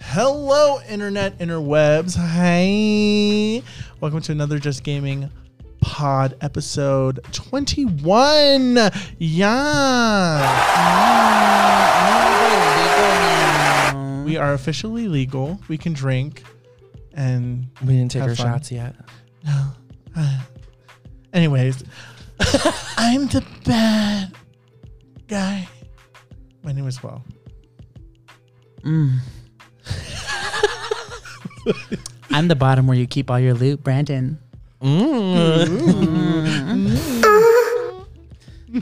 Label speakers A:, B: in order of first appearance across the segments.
A: Hello, internet, interwebs. Hi. Welcome to another Just Gaming Pod episode 21. Yeah. We are officially legal. We can drink. And
B: We didn't take
A: Have
B: our
A: fun.
B: shots yet.
A: Anyways, I'm the bad guy. My name is Well.
C: I'm the bottom where you keep all your loot, Brandon.
B: I'm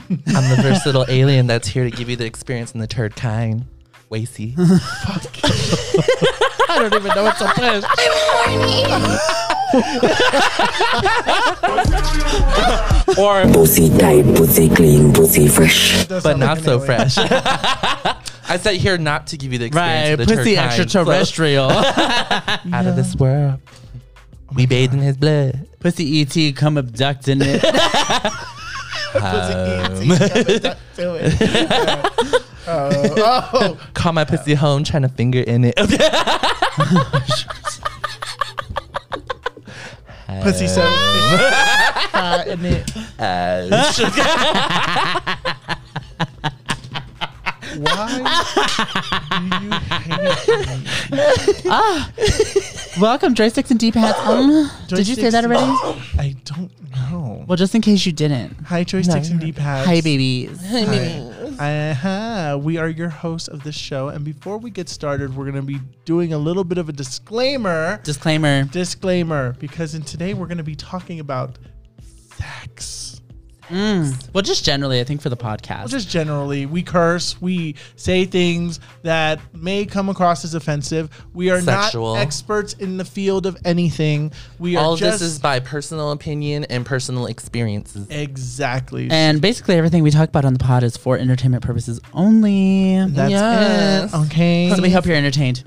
B: the versatile alien that's here to give you the experience in the third kind. Wacy. I don't even know what to push. or,
D: Pussy tight, pussy clean, pussy fresh.
A: That's
B: but not
A: looking
B: so
A: that way.
B: fresh. I sat here not to give you the experience
C: Right,
B: of the
C: pussy
B: third kind,
C: extraterrestrial.
B: so out of this world. we bathe in his blood.
C: pussy ET come E abducting it.
A: Do it. oh, oh.
B: Call my pussy home, trying to finger in it.
A: Pussy so hot in Uh, it. Uh, Why do you hate me?
C: Welcome, joysticks and D-pads. Um, did you say that
A: Joysticks
C: already?
A: and- I don't know.
C: Well, just in case you didn't.
A: Hi, joysticks and D-pads.
C: Hi, babies.
A: Uh-huh. We are your hosts of this show, and before we get started, we're going to be doing a little bit of a disclaimer.
C: Disclaimer.
A: disclaimer, because in today we're going to be talking about sex.
C: Well, just generally, I think for the
A: Well,
C: podcast.
A: just generally, we curse, we say things that may come across as offensive. We are
B: Sexual.
A: not experts in the field of anything. We are
B: All of
A: just
B: this is by personal opinion and personal experiences.
A: exactly.
C: and basically, everything we talk about on the pod is for entertainment purposes only.
A: that's
B: Yes.
A: it. Okay.
C: so we hope you're entertained.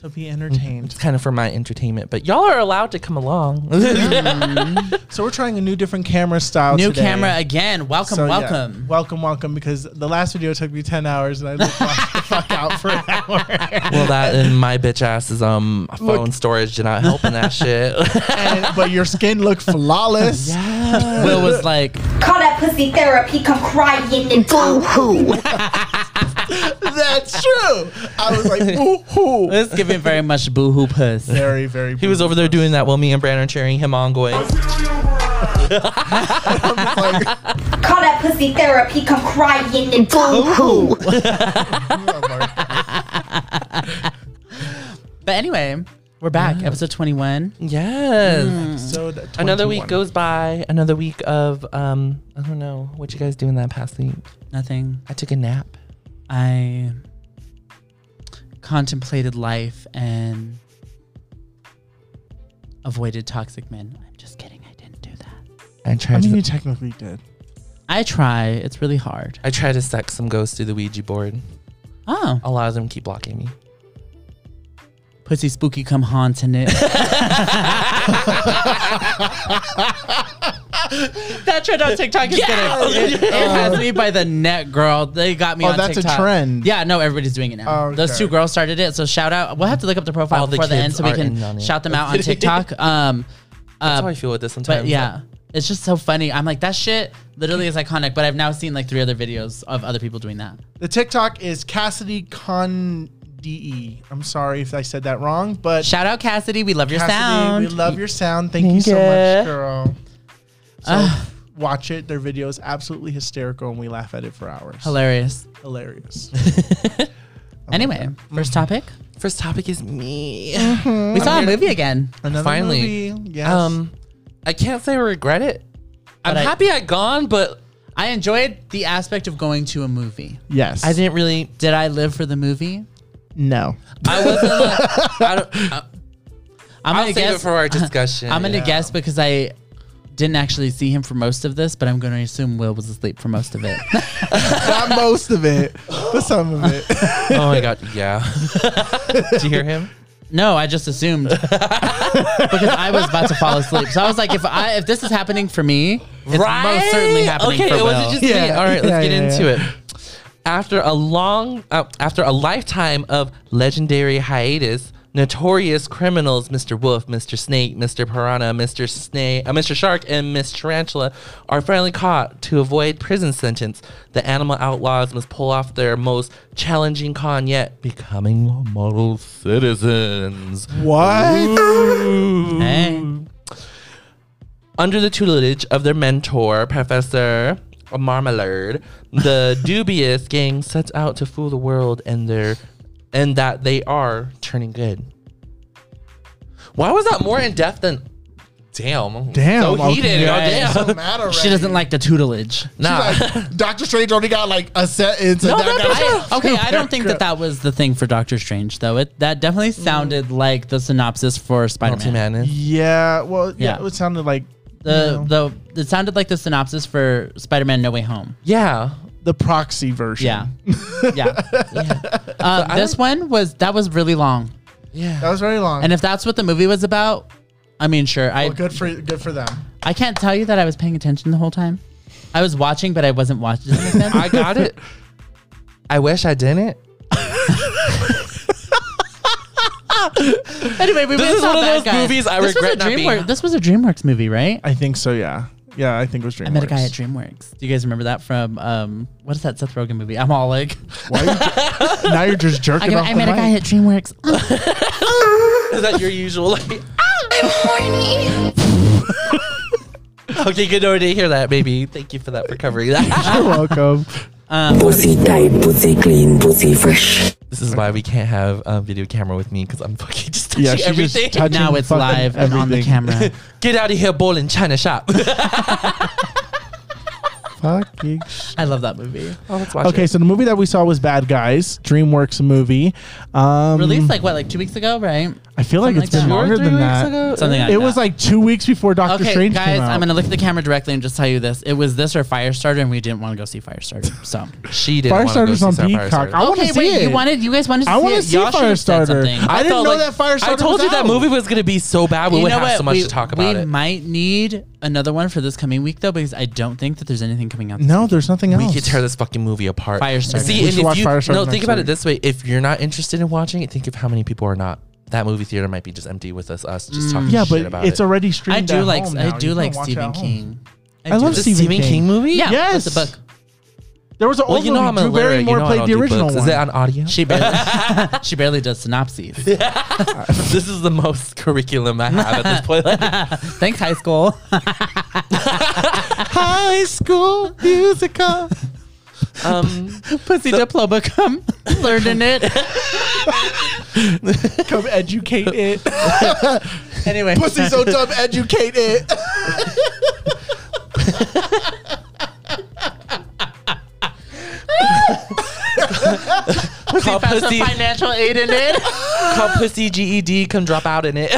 A: So be entertained.
B: It's kind of for my entertainment, but y'all are allowed to come along.
A: so we're trying a new, different camera style.
C: New
A: today.
C: camera again. Welcome,
A: So, yeah.
C: welcome.
A: welcome, welcome. Because the last video took me ten hours, and I looked the fuck out for an hour.
B: well, that and my bitch ass's um phone storage did not help in that shit.
A: And, but your skin looked flawless.
C: Will was like,
E: Call that pussy therapy. Come cry in and boo hoo.
A: That's true. I was like, ooh, ooh.
C: it's giving very much boohoo puss.
A: very, very.
B: he was over there doing that while me and Brandon are cheering him on, going,
E: Call that pussy therapy. Come cry in and boo hoo.
C: But anyway, we're back. Episode 21.
A: Mm.
B: "Yes."
C: Mm.
A: So
B: Another week goes by. Another week of um, I don't know what you guys doing that past week.
C: Nothing.
B: I took a nap.
C: I contemplated life and avoided toxic men. I'm just kidding. I didn't do that.
B: I tried.
A: I mean, you
B: to,
A: technically did.
C: I try. It's really hard.
B: I tried to suck some ghosts through the Ouija board.
C: Oh.
B: A lot of them keep blocking me.
C: Pussy spooky come haunting it. that trend on TikTok is good. It, it has me by the neck, girl. They got me
A: Oh,
C: on
A: that's a
C: TikTok.
A: trend. Oh,
C: Yeah, no, everybody's doing it now.
A: Okay.
C: Those two girls started it, so shout out. We'll have to look up the profile
B: All the
C: before the
B: kids
C: end so we
B: are in on
C: can
B: it.
C: shout them out on TikTok. Um,
B: That's
C: uh,
B: how I feel with this sometimes.
C: but yeah, it's just so funny. I'm like that shit. Literally is iconic, but I've now seen like three other videos of other people doing that.
A: The TikTok is Cassidy Con DE. I'm sorry if I said that wrong, but
C: Shout out Cassidy, we love your
A: Cassidy,
C: sound.
A: we love your sound. Thank, you so much,
B: Thank ya.
A: girl. So watch it. Their video is absolutely hysterical, and we laugh at it for hours.
C: Hilarious.
A: Hilarious.
C: Anyway, first
B: Mm-hmm.
C: topic.
B: First topic is me.
C: We
B: Mm-hmm.
C: saw a movie again.
A: Another
B: Finally.
A: movie, Yes.
B: Um, I can't say I regret it. I'm
C: But I-
B: happy I gone, but
C: I enjoyed the aspect of going to a movie.
A: yes.
B: I didn't really.
C: Did I live for the movie?
A: no.
B: I wasn't. Like, I don't, I,
C: I'm
B: I'll save
C: guess.
B: it for our discussion.
C: I'm gonna guess because I didn't actually see him for most of this, but I'm gonna assume Will was asleep for most of it.
A: Not most of it, but some of it.
B: oh my god, yeah. Did you hear him?
C: no, I just assumed because I was about to fall asleep. So I was like, if I if this is happening for me, it's most certainly happening
B: Okay,
C: for
B: it
C: Will.
B: wasn't just me.
A: Yeah.
B: All right, let's
A: Yeah,
B: get
A: yeah,
B: into it. After a long, uh, after a lifetime of legendary hiatus, notorious criminals Mr. Wolf, Mr. Snake, Mr. Piranha, Mr. Snake, uh, Mr. Shark, and Miss Tarantula are finally caught to avoid prison sentence. The animal outlaws must pull off their most challenging con yet, becoming model citizens.
A: What?
C: Hey.
B: Under the tutelage of their mentor, Professor Marmalade, the dubious gang sets out to fool the world and their and that they are turning good. Why was that more in depth than damn?
A: Damn,
B: so heated.
A: okay.
B: Oh, damn.
A: matter.
C: eh, She doesn't like the tutelage.
B: Nah.
A: Doctor Strange only got like a sentence.
B: No, that bitch-
C: I, okay, I don't think that that was the thing for Doctor Strange though. It that definitely sounded like the synopsis for Spider Man.
B: Multi-madness.
A: Yeah. Well, yeah,
C: Yeah.
A: It sounded like
C: The the it sounded like the synopsis for Spider Man No Way Home.
B: Yeah.
A: the proxy version.
C: Yeah, yeah. Uh, this one was that was really long,
B: Yeah.
A: That was very long.
C: and if that's what the movie was about, I mean, sure. I
A: well, good for good for them.
C: I can't tell you that I was paying attention the whole time. I was watching, but I wasn't watching. Does that make sense?
B: I got it. I wish I didn't.
C: anyway, we
B: This
C: went
B: is
C: to
B: one of
C: Bad
B: those
C: Guys.
B: movies I
C: this
B: regret
C: was
B: not
C: a
B: being-
C: DreamWorks. This was a DreamWorks movie, right?
A: I think so. Yeah. Yeah. I think it was DreamWorks.
C: I met a guy at DreamWorks. Do you guys remember that from um, what is that Seth Rogen movie? I'm all like,
A: Why you- now you're just
C: I,
A: jerking
C: go,
A: off.
C: I
A: the
C: met a
A: mic.
C: guy at DreamWorks.
B: Is that your usual? Like,
E: I'm horny.
B: okay, good already hear that, baby. Thank you for that for covering that.
A: You're welcome.
D: Pussy tight, pussy clean, pussy fresh.
B: this is why we can't have a video camera with me because I'm fucking just touching
A: Yeah, she just
B: everything.
A: touched-
C: now it's
A: Fucking
C: live and on the
A: everything.
C: camera.
B: Get out of here, ball in China shop.
A: Fucking. sh-
C: I love that movie.
B: Oh, let's watch
A: Okay,
B: it.
A: so the movie that we saw was Bad Guys, DreamWorks movie. Um,
C: Released like what, like two weeks ago, right?
A: I feel like
C: something
A: it's
C: like
A: been
C: that. Two or
A: longer than that.
C: Something like
A: It
C: that.
A: was like two weeks before Doctor
C: Okay,
A: Strange
C: guys,
A: came out.
C: I'm gonna look at the camera directly and just tell you this: it was this or Firestarter, and we didn't want to go see Firestarter. So,
B: she did.
A: Firestarter's on Peacock. I want to
C: okay,
A: see
C: wait,
A: it.
C: you wanted, you guys wanted to
A: I
C: see
A: wanna
C: it.
A: see
C: Y'all should have said
A: Firestarter.
C: something.
A: I didn't
B: felt
A: know that Firestarter
B: I told
A: was
B: you that
A: out.
B: movie was going to be so bad. We
C: You
B: would
C: know
B: have
C: what?
B: so much
C: we,
B: to talk about
C: we
B: it.
C: might need another one for this coming week though, because I don't think that there's anything coming out.
A: no, there's nothing else.
B: we could tear this fucking movie apart.
C: Firestarter.
B: See,
A: We
B: and
A: should
B: if
A: watch
B: you,
A: Firestarter
B: no, think
A: next
B: about
A: week.
B: it this way: if you're not interested in watching it, think of how many people are not. That movie theater might be just empty with us, us just talking
A: yeah,
B: shit
A: but
B: about
A: it's
B: it.
A: already streamed.
C: I do
A: at
C: like
A: home now.
C: I
A: You
C: do
A: can
C: like
A: watch it
C: Stephen
A: at home.
C: King.
A: I
C: do
A: love
B: the
C: like-
A: Stephen
B: Stephen King,
A: King.
B: movie.
C: Yeah,
A: Yes.
C: with the book.
A: There was an
B: Well,
A: old
B: you know I'm
A: movie. Drew
B: illiterate. You
A: Barrymore
B: know I
A: played
B: don't
A: the
B: do
A: original
B: books.
A: one.
B: Is it on audio?
C: She barely, she barely does synopses.
B: this is the most curriculum I have at this point. Like,
C: Thanks, high school.
A: High School Musical.
B: um,
C: Pussy diploma come learning it.
A: Come educate it.
C: Anyway,
A: Pussy so dumb, educate it.
B: call pussy,
C: financial aid in it.
B: call pussy GED, come drop out in it.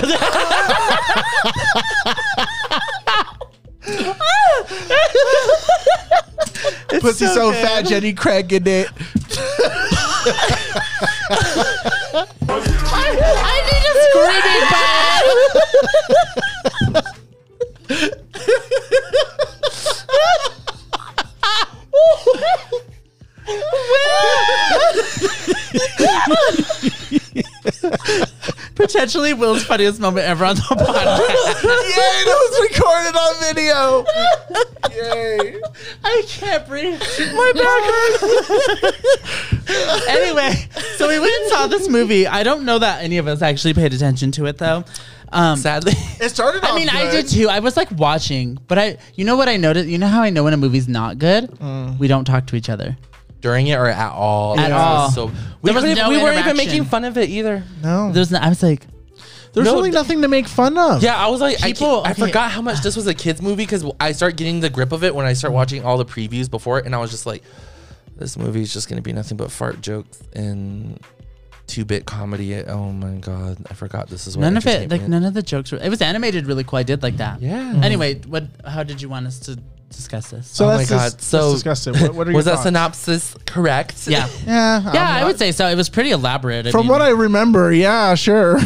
A: Pussy so, fat, Jenny Craig in it.
C: Potentially Will's funniest moment ever on the podcast.
A: Yay, that was recorded on video. Yay.
C: I can't breathe. My back hurts. anyway, so we went and saw this movie. I don't know that any of us actually paid attention to it though. Um,
B: Sadly,
A: It started
C: I mean, I did too. I was like watching, but I, you know what I noticed? You know how I know when a movie's not good?
A: Mm.
C: We don't talk to each other.
B: during it or at all.
C: At
B: It was
C: all.
B: So we,
C: There was
B: couldn't-
C: no
B: we weren't even
C: interaction.
B: making fun of it either.
A: No.
C: There's, no, I was like,
A: There's
B: No,
A: really
B: th-
A: nothing to make fun of.
B: Yeah, I was like,
C: People-
B: I, can't- I
C: okay.
B: forgot how much this was a kids movie because I start getting the grip of it when I start watching all the previews before it, and I was just like, this movie is just gonna be nothing but fart jokes and two bit comedy. Oh my god, I forgot this is what
C: none of it, like
B: entertainment-
C: none of the jokes were. It was animated really cool. I did like that.
B: Yeah.
C: Anyway, what? How did you want us to discuss this?
A: So
B: oh my
A: that's
B: god,
A: Just,
B: so
A: disgusting. What, what are your
B: was that
A: thoughts?
B: synopsis correct?
C: yeah,
A: Yeah.
C: yeah,
A: I'm
C: I
A: not-
C: would say so. It was pretty elaborate.
A: From
C: mean,
A: what I remember, yeah, sure.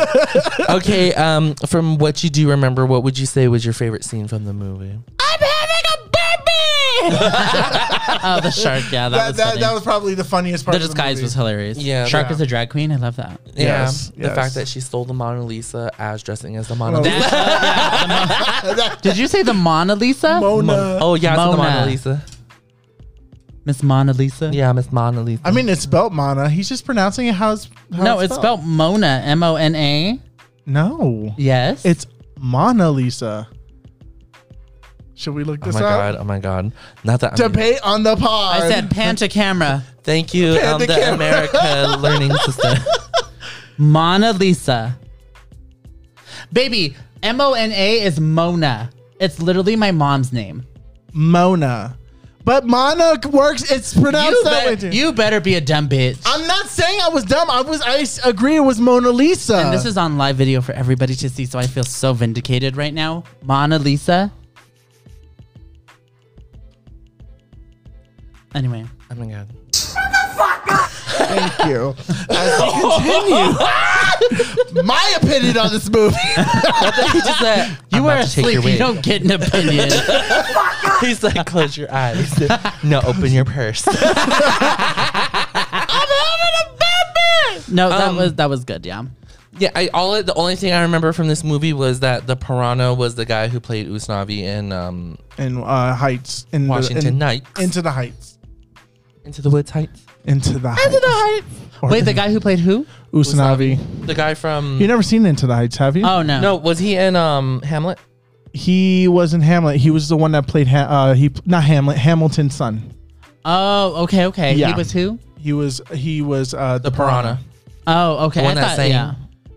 B: okay. Um, from what you do remember, what would you say was your favorite scene from the movie?
C: I'm having a baby. Oh, the shark. Yeah, that,
A: That,
C: was
A: that,
C: funny.
A: that was probably the funniest part.
C: the
A: of
C: disguise
A: movie.
C: was hilarious.
B: Yeah.
C: shark
A: Yeah.
C: is a drag queen. I love that.
B: Yeah,
A: Yes,
B: the
A: yes.
B: fact that she stole the Mona Lisa as dressing as the Mona
A: Well,
B: Lisa.
C: Did you say the Mona Lisa?
A: Mona.
B: oh yeah, it's the Mona
C: Mona.
B: Lisa.
C: Miss Mona Lisa.
B: Yeah, Miss Mona Lisa.
A: I mean, it's spelled Mana. He's just pronouncing it how it's. How
C: No, it's spelled Mona. M O N A.
A: No,
C: Yes.
A: it's Mona Lisa. Should we look
B: oh
A: this
B: my
A: up?
B: god. Oh my god. Not that. I mean,
A: Debate on the pod.
C: I said pan to camera.
B: thank you,
A: Pan
B: um,
A: the
B: the
A: camera.
B: America Learning System.
C: Mona Lisa. Baby, M O N A is Mona. It's literally my mom's name.
A: Mona, but Mana works. It's pronounced
C: You,
A: that way
C: bet-
A: too.
C: you better be a dumb bitch.
A: I'm not saying I was dumb. I was. I s- agree. It was Mona Lisa.
C: and this is on live video for everybody to see, so I feel so vindicated right now. Mona Lisa. Anyway,
B: Oh my god.
A: Thank you. As we continue, my opinion on this movie.
B: Just that
C: you
B: I'm
C: were
B: about to take
C: asleep.
B: your
C: You
B: wig.
C: don't get an opinion.
B: He's like, close your eyes. no, open your purse.
C: no, that
B: Um,
C: was that was good. Yeah.
B: yeah, I all the only thing I remember from this movie was that the piranha was the guy who played Usnavi in um
A: In uh, Heights. In the-
B: Washington
A: in-
B: Nights.
A: Into the Heights.
B: Into the Woods Heights.
A: Into the Heights. Or
C: Wait, the guy who played who?
A: Usnavi.
B: The guy from
A: You never seen Into the Heights, have you?
C: Oh no.
B: No, was he in um Hamlet?
A: He was in Hamlet. He was the one that played. Ha- uh, he not Hamlet. Hamilton's son.
C: Oh, okay, okay.
A: Yeah.
C: He was who?
A: He was. He was uh,
B: The piranha.
C: Oh, okay.
B: The one
C: I
B: that
C: thought,
B: sang.
C: yeah.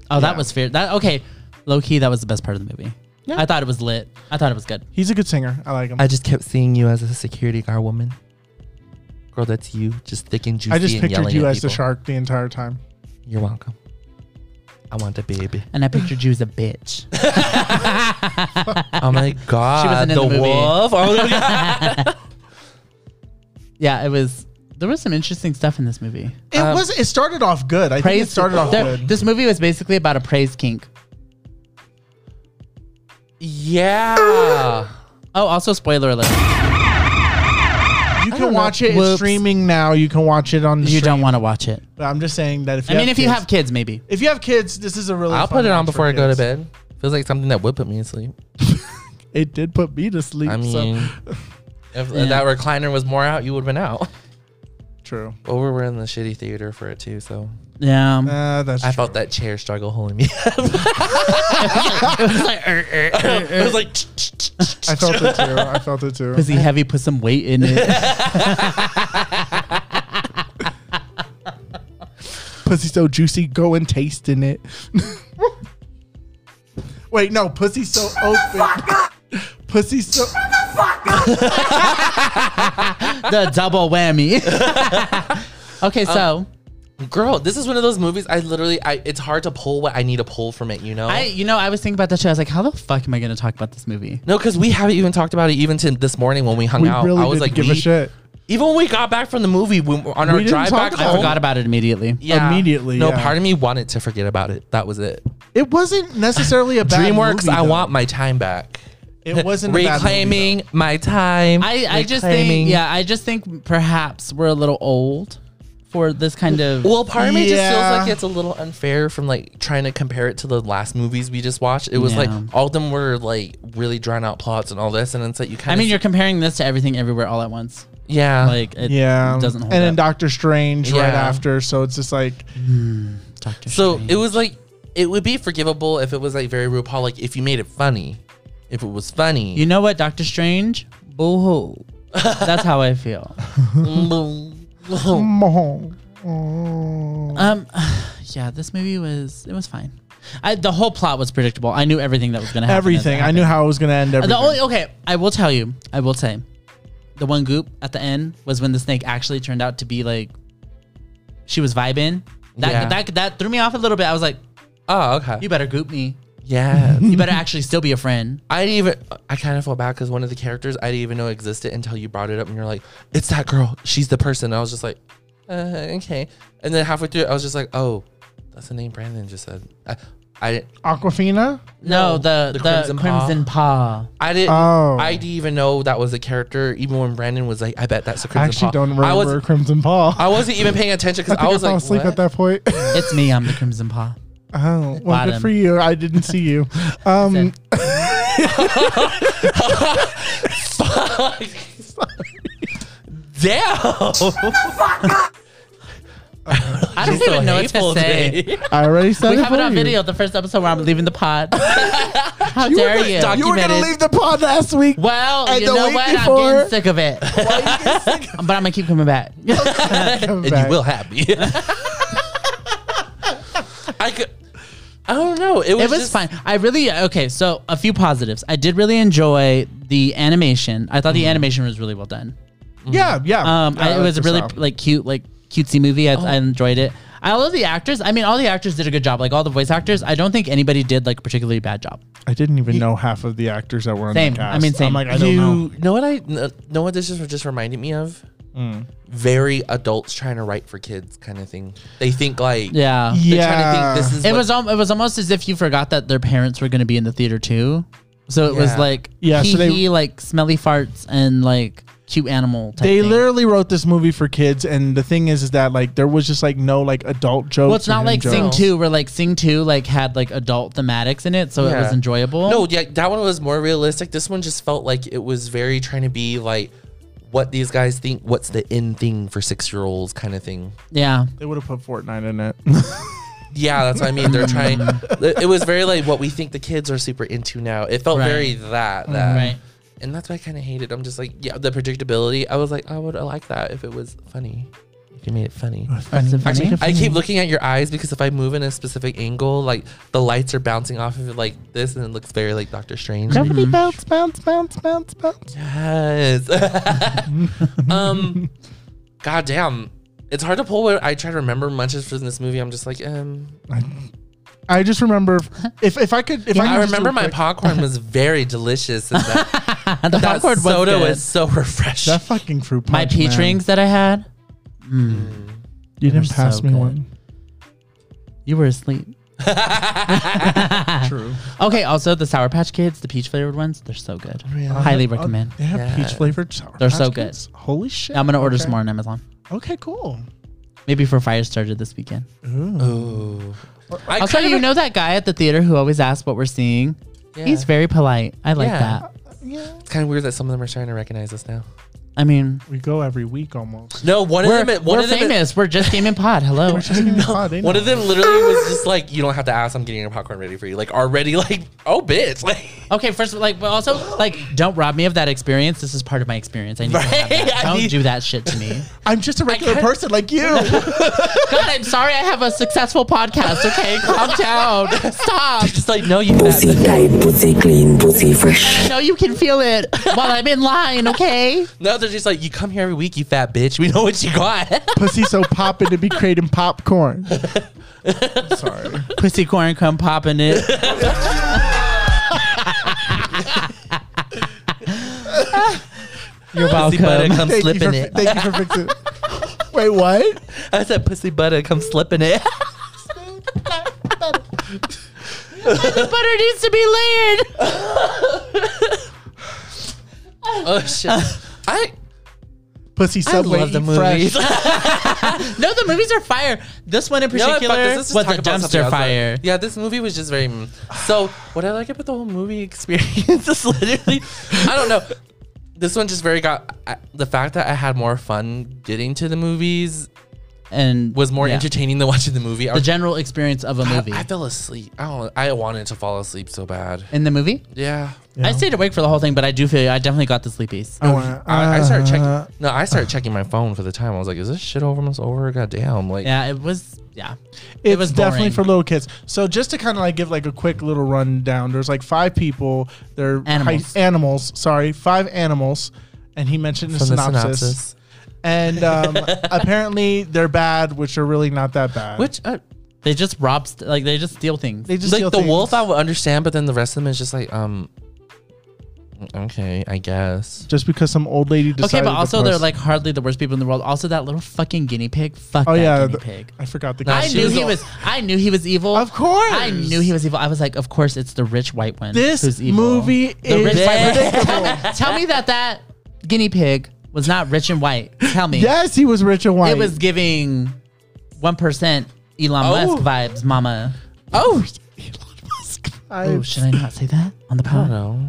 C: Oh,
A: Yeah.
C: that was fair. That okay. Low key, that was the best part of the movie.
A: Yeah.
C: I thought it was lit. I thought it was good.
A: He's a good singer. I like him.
B: I
A: I,
B: just kept seeing you as a security guard woman. Girl, that's you, just thick and juicy.
A: just
B: and
A: pictured
B: yelling
A: you
B: at
A: as the
B: people.
A: shark the entire time.
B: You're welcome. I want a baby.
C: And I pictured you as a bitch.
B: Oh my god,
C: wasn't in
B: the,
C: Uh, the movie.
B: wolf. Oh my god.
C: yeah, it was. There was some interesting stuff in this movie.
A: It was. It started off good. I think it started off
C: there-
A: good.
C: This movie was basically about a praise kink.
B: yeah.
C: Oh, also spoiler alert.
A: you
B: don't
A: can
B: know.
A: watch it. It's
C: Whoops.
A: streaming now. You can watch it on. The
C: You
A: stream.
C: don't want to watch it.
A: But I'm just saying that if
C: I
A: you
C: mean, if
A: have
C: you
A: kids-
C: have kids, maybe.
A: if you have kids, this is a really.
B: I'll
A: fun
B: put it on
A: watch
B: before
A: for
B: I go to
A: kids.
B: bed. Feels like something that would put me to sleep.
A: It did put me to sleep.
B: I mean, if
C: Yeah.
B: that recliner was more out, you would have been out.
A: so. true.
B: But we were in the shitty theater for it too, so
C: Yeah.
A: Uh, that's
B: I
A: true.
B: felt that chair struggle holding me. up. er, it was like,
A: I felt it too. I felt it too.
C: Was he heavy? Put some weight in it.
A: Pussy so juicy, go and taste in it. Wait, no, pussy so open. Pussy so
C: the double whammy. okay, so.
B: girl, this is one of those movies. I literally, I it's hard to pull what I need to pull from it. You know,
C: I, you know, I was thinking about that show. I was like, how the fuck am I going to talk about this movie?
B: no, because we haven't even talked about it even to this morning when we hung
A: we
B: out.
A: really
B: I was
A: didn't
B: like,
A: give
B: we-
A: a shit.
B: Even when we got back from the movie, we, on our
A: didn't
B: drive
A: talk
B: back,
A: about
C: I
B: home-
C: forgot about it immediately.
B: Yeah.
A: Immediately,
B: No,
A: yeah.
B: part of me wanted to forget about it. That was it.
A: It wasn't necessarily a bad
B: DreamWorks,
A: movie,
B: I
A: though.
B: want my time back.
A: It wasn't a bad movie,
B: reclaiming my time.
C: I, I just
B: reclaiming-
C: think, yeah, I just think perhaps we're a little old for this kind of.
B: Well, part of me just
A: Yeah.
B: feels like it's a little unfair from like trying to compare it to the last movies we just watched. It was
C: Yeah.
B: like all of them were like really drawn out plots and all this, and it's like you kind
C: I
B: of
C: mean, you're comparing this to everything, everywhere, all at once.
B: yeah
C: Like, it
A: Yeah,
C: doesn't hold
A: and then
C: up.
A: Doctor Strange right
B: Yeah.
A: after, so it's just like
C: Doctor
B: So
C: Strange.
B: it was like it would be forgivable if it was like very RuPaul, like if you made it funny, if it was funny.
C: you know what, Doctor Strange? Boo hoo. That's how I feel.
B: know,
C: Um, yeah, this movie was it was fine. I, the whole plot was predictable. I knew everything that was going to happen. as it
A: everything. I knew
C: happened.
A: how it was gonna end. Everything.
C: The only okay, I will tell you, I will say, the one goop at the end was when the snake actually turned out to be like, she was vibing. That
B: Yeah.
C: that that threw me off a little bit. I was like,
B: oh okay,
C: you better goop me.
B: yeah.
C: You better actually still be a friend.
B: I didn't even. I kind of felt bad because one of the characters I didn't even know existed until you brought it up, and you're like, "It's that girl. She's the person." And I was just like, uh, "Okay." And then halfway through, I was just like, "Oh, that's the name Brandon just said." I, I
A: Aquafina?
C: No, the,
B: the
C: the,
B: Crimson
C: Crimson,
B: Paw.
C: Paw.
B: I didn't.
A: Oh.
B: I didn't even know that was a character. Even when Brandon was like, "I bet that's a
A: I
B: crimson
A: actually
B: Paw."
A: don't remember
B: I was.
A: Crimson Paw.
B: I wasn't even paying attention
A: I
B: because
A: think
B: I,
A: I,
B: was
A: fell
B: like,
A: asleep
B: what?
A: at that point. oh,
C: It's me. I'm the Crimson Paw.
A: well, good
C: Bottom.
A: for you. I didn't see you. Um,
B: "Damn!"
C: I don't
B: so
C: even know what to
B: hateful
C: say.
B: today.
A: I already said
C: We
A: it
C: have it
A: for
C: on
A: you.
C: video. The first episode where I'm leaving the pod. How
A: You were
C: dare
A: gonna-
C: you?
A: You were gonna
B: Documented.
A: leave the pod last week.
C: Well,
A: And
C: you
A: the
C: know
A: week
C: what?
A: before-
C: I'm getting sick of it. but I'm gonna keep coming back.
A: Come
B: and
A: back.
B: you will have me. I could. I don't know. It was,
C: it was
B: just-
C: fine. I really okay. So a few positives. I did really enjoy the animation. I thought the animation was really well done.
A: Yeah, Uh, yeah.
C: Um,
A: Yeah,
C: I, it
A: like
C: was a
A: the
C: really
A: sound.
C: like cute, like cutesy movie. I, I enjoyed it. I love the actors. I mean, all the actors did a good job. Like all the voice actors, I don't think anybody did like a particularly bad job.
A: I didn't even know half of the actors that were on
C: Same.
A: the cast.
C: I mean, same.
A: I'm like, I
B: you
A: don't
B: know.
A: know.
B: what I kn- uh, know what this just just reminded me of?
A: Mm.
B: Very adults trying to write for kids kind of thing. They think like
C: Yeah.
B: They're trying to think
A: Yeah.
B: this is
C: It
B: what-
C: was al- it was almost as if you forgot that their parents were going to be in the theater too. So it was
B: Yeah.
C: like
A: Yeah,
C: yeah,
A: so
C: he,
A: they-
C: he, like smelly farts and like cute animal. Type
A: They
C: thing.
A: literally wrote this movie for kids, and the thing is, is that like there was just like no like adult jokes.
C: Well, it's not
A: and
C: like Sing
A: jokes.
C: Two, where like Sing Two like had like adult thematics in it, so it
B: Yeah.
C: was enjoyable.
B: No, yeah, that one was more realistic. This one just felt like it was very trying to be like what these guys think what's the in thing for six year olds kind of thing.
C: yeah,
A: They would have put Fortnite in it.
B: Yeah, that's what I mean. They're trying it was very like what we think the kids are super into now. It felt
C: Right. Mm-hmm.
B: very that that
C: Right.
B: and that's what I kinda hated. I'm just like, yeah, the predictability. I was like, I would like that if it was funny. If you made it funny.
C: that's a funny.
B: I keep looking at your eyes because if I move in a specific angle, like the lights are bouncing off of it like this, and it looks very like Doctor Strange.
A: Everybody bounce, bounce, bounce, bounce, bounce.
B: Yes. um, goddamn, it's hard to pull what I try to remember much as from this movie. I'm just like, um,
A: I just remember if if I could if I, could
B: I
A: just do
B: remember
A: a
B: my
A: quick-
B: popcorn was very delicious. And that,
C: And the
B: that
C: popcorn was
B: soda
C: good.
B: was so refreshing.
A: that fucking fruit punch.
C: my peach
A: man.
C: rings that I had.
A: You
C: They were
A: didn't pass
C: so
A: me
C: good.
A: one.
C: You were asleep.
A: True.
C: Okay. Also, the Sour Patch Kids, the peach flavored ones, they're so good.
B: Uh,
C: Highly recommend.
A: Oh, They have
B: Yeah.
A: peach flavored sour.
C: They're
A: Patch
C: so good.
A: Kids? Holy shit!
C: I'm gonna order
A: Okay.
C: some more on Amazon.
A: Okay, cool.
C: Maybe for fire started this weekend.
B: Ooh. I
C: Also,
B: kind of-
C: you know that guy at the theater who always asks what we're seeing?
B: Yeah.
C: He's very polite. I like
B: Yeah.
C: that.
A: Yeah,
B: It's kind of weird that some of them are starting to recognize us now.
C: I mean,
A: we go every week almost.
B: No, one
C: we're,
B: of them. One
C: we're
B: of them.
C: famous. we're just Game and Pod. Hello.
A: Ah,
B: One of them literally was just like, "You don't have to ask. I'm getting your popcorn ready for you." Like already, like, "Oh, bitch!" Like,
C: okay, first, of all, like, but also, like, don't rob me of that experience. This is part of my experience. I need to have
B: Right?
C: that.
B: I
C: Don't
B: need-
C: do that shit to me.
A: I'm just a regular
B: kinda-
A: person like you.
C: God, I'm sorry. I have a successful podcast. Okay, calm down. Stop.
B: just like, no, you.
D: Pussy tight, pussy clean, pussy fresh.
C: I know you can feel it while I'm in line. Okay.
B: No, they're just like, you come here every week, you fat bitch. We know what you got.
A: Pussy so poppin' to be creating popcorn. Sorry.
C: Pussy corn come popping it. You're
B: pussy butter
C: welcome.
B: come
A: Thank you,
B: slipping
A: for,
B: it.
A: thank you for fixing. it. Wait, what?
B: I said, pussy butter come slipping it.
C: Butter needs to be layered.
B: oh shit. I
A: Pussy subway.
B: love the
A: eat fresh.
B: movies.
C: No, the movies are fire. This one in
B: You know what, fuck
C: particular
B: this, let's just talk
C: was a
B: about something
C: dumpster
B: else.
C: fire.
B: Yeah, this movie was just very. mm. So what I like about the whole movie experience is literally, I don't know. This one just very got I, the fact that I had more fun getting to the movies
C: And
B: was more
C: yeah.
B: entertaining than watching the movie. I,
C: The
B: was-
C: general experience of a
B: I,
C: movie.
B: I fell asleep. I don't. I wanted to fall asleep so bad.
C: in the movie,
B: Yeah. Uh,
C: I stayed awake for the whole thing, but I do feel you. I definitely got the sleepies.
A: I, wanna-
B: I, I started
A: uh,
B: checking. No, I started checking my phone for the time. I was like, "Is this shit almost over? Goddamn!" Like,
C: Yeah, it was. Yeah,
A: It's
C: was
A: definitely
C: boring.
A: for little kids. So just to kind of like give like a quick little rundown, there's like five people. They're
C: Animals.
A: high- animals. Sorry, five animals. And he mentioned the
B: from the
A: synopsis.
B: synopsis,
A: And um, apparently they're bad, which are really not that bad.
B: which uh,
C: they just rob, st- like they just steal things.
A: they just
B: like
A: steal
B: the
A: things.
B: wolf, I would understand, but then the rest of them is just like, um, Okay, I guess.
A: Just because some old lady
C: Okay,
A: decided.
C: but also
A: to
C: they're
A: post-
C: like hardly the worst people in the world. Also, that little fucking guinea pig. Fuck
A: oh
C: that
A: yeah,
C: guinea
A: th-
C: pig.
A: I forgot the.
B: Nah,
A: guy.
C: I
B: she
C: knew
B: was
C: he
B: all-
C: was. I knew he was evil.
A: Of course.
C: I knew he was evil. I was like, of course, it's the rich white one.
A: This
C: who's evil.
A: movie
C: The
A: is
C: rich white one. Tell
A: predictable.
C: me, tell me that that guinea pig was not rich and white. Tell me.
A: yes, he was rich and white.
C: It was giving one percent Elon
B: Oh.
C: Musk vibes, Mama.
B: Oh,
A: I,
C: Oh, should I not say that on the pod?
B: no.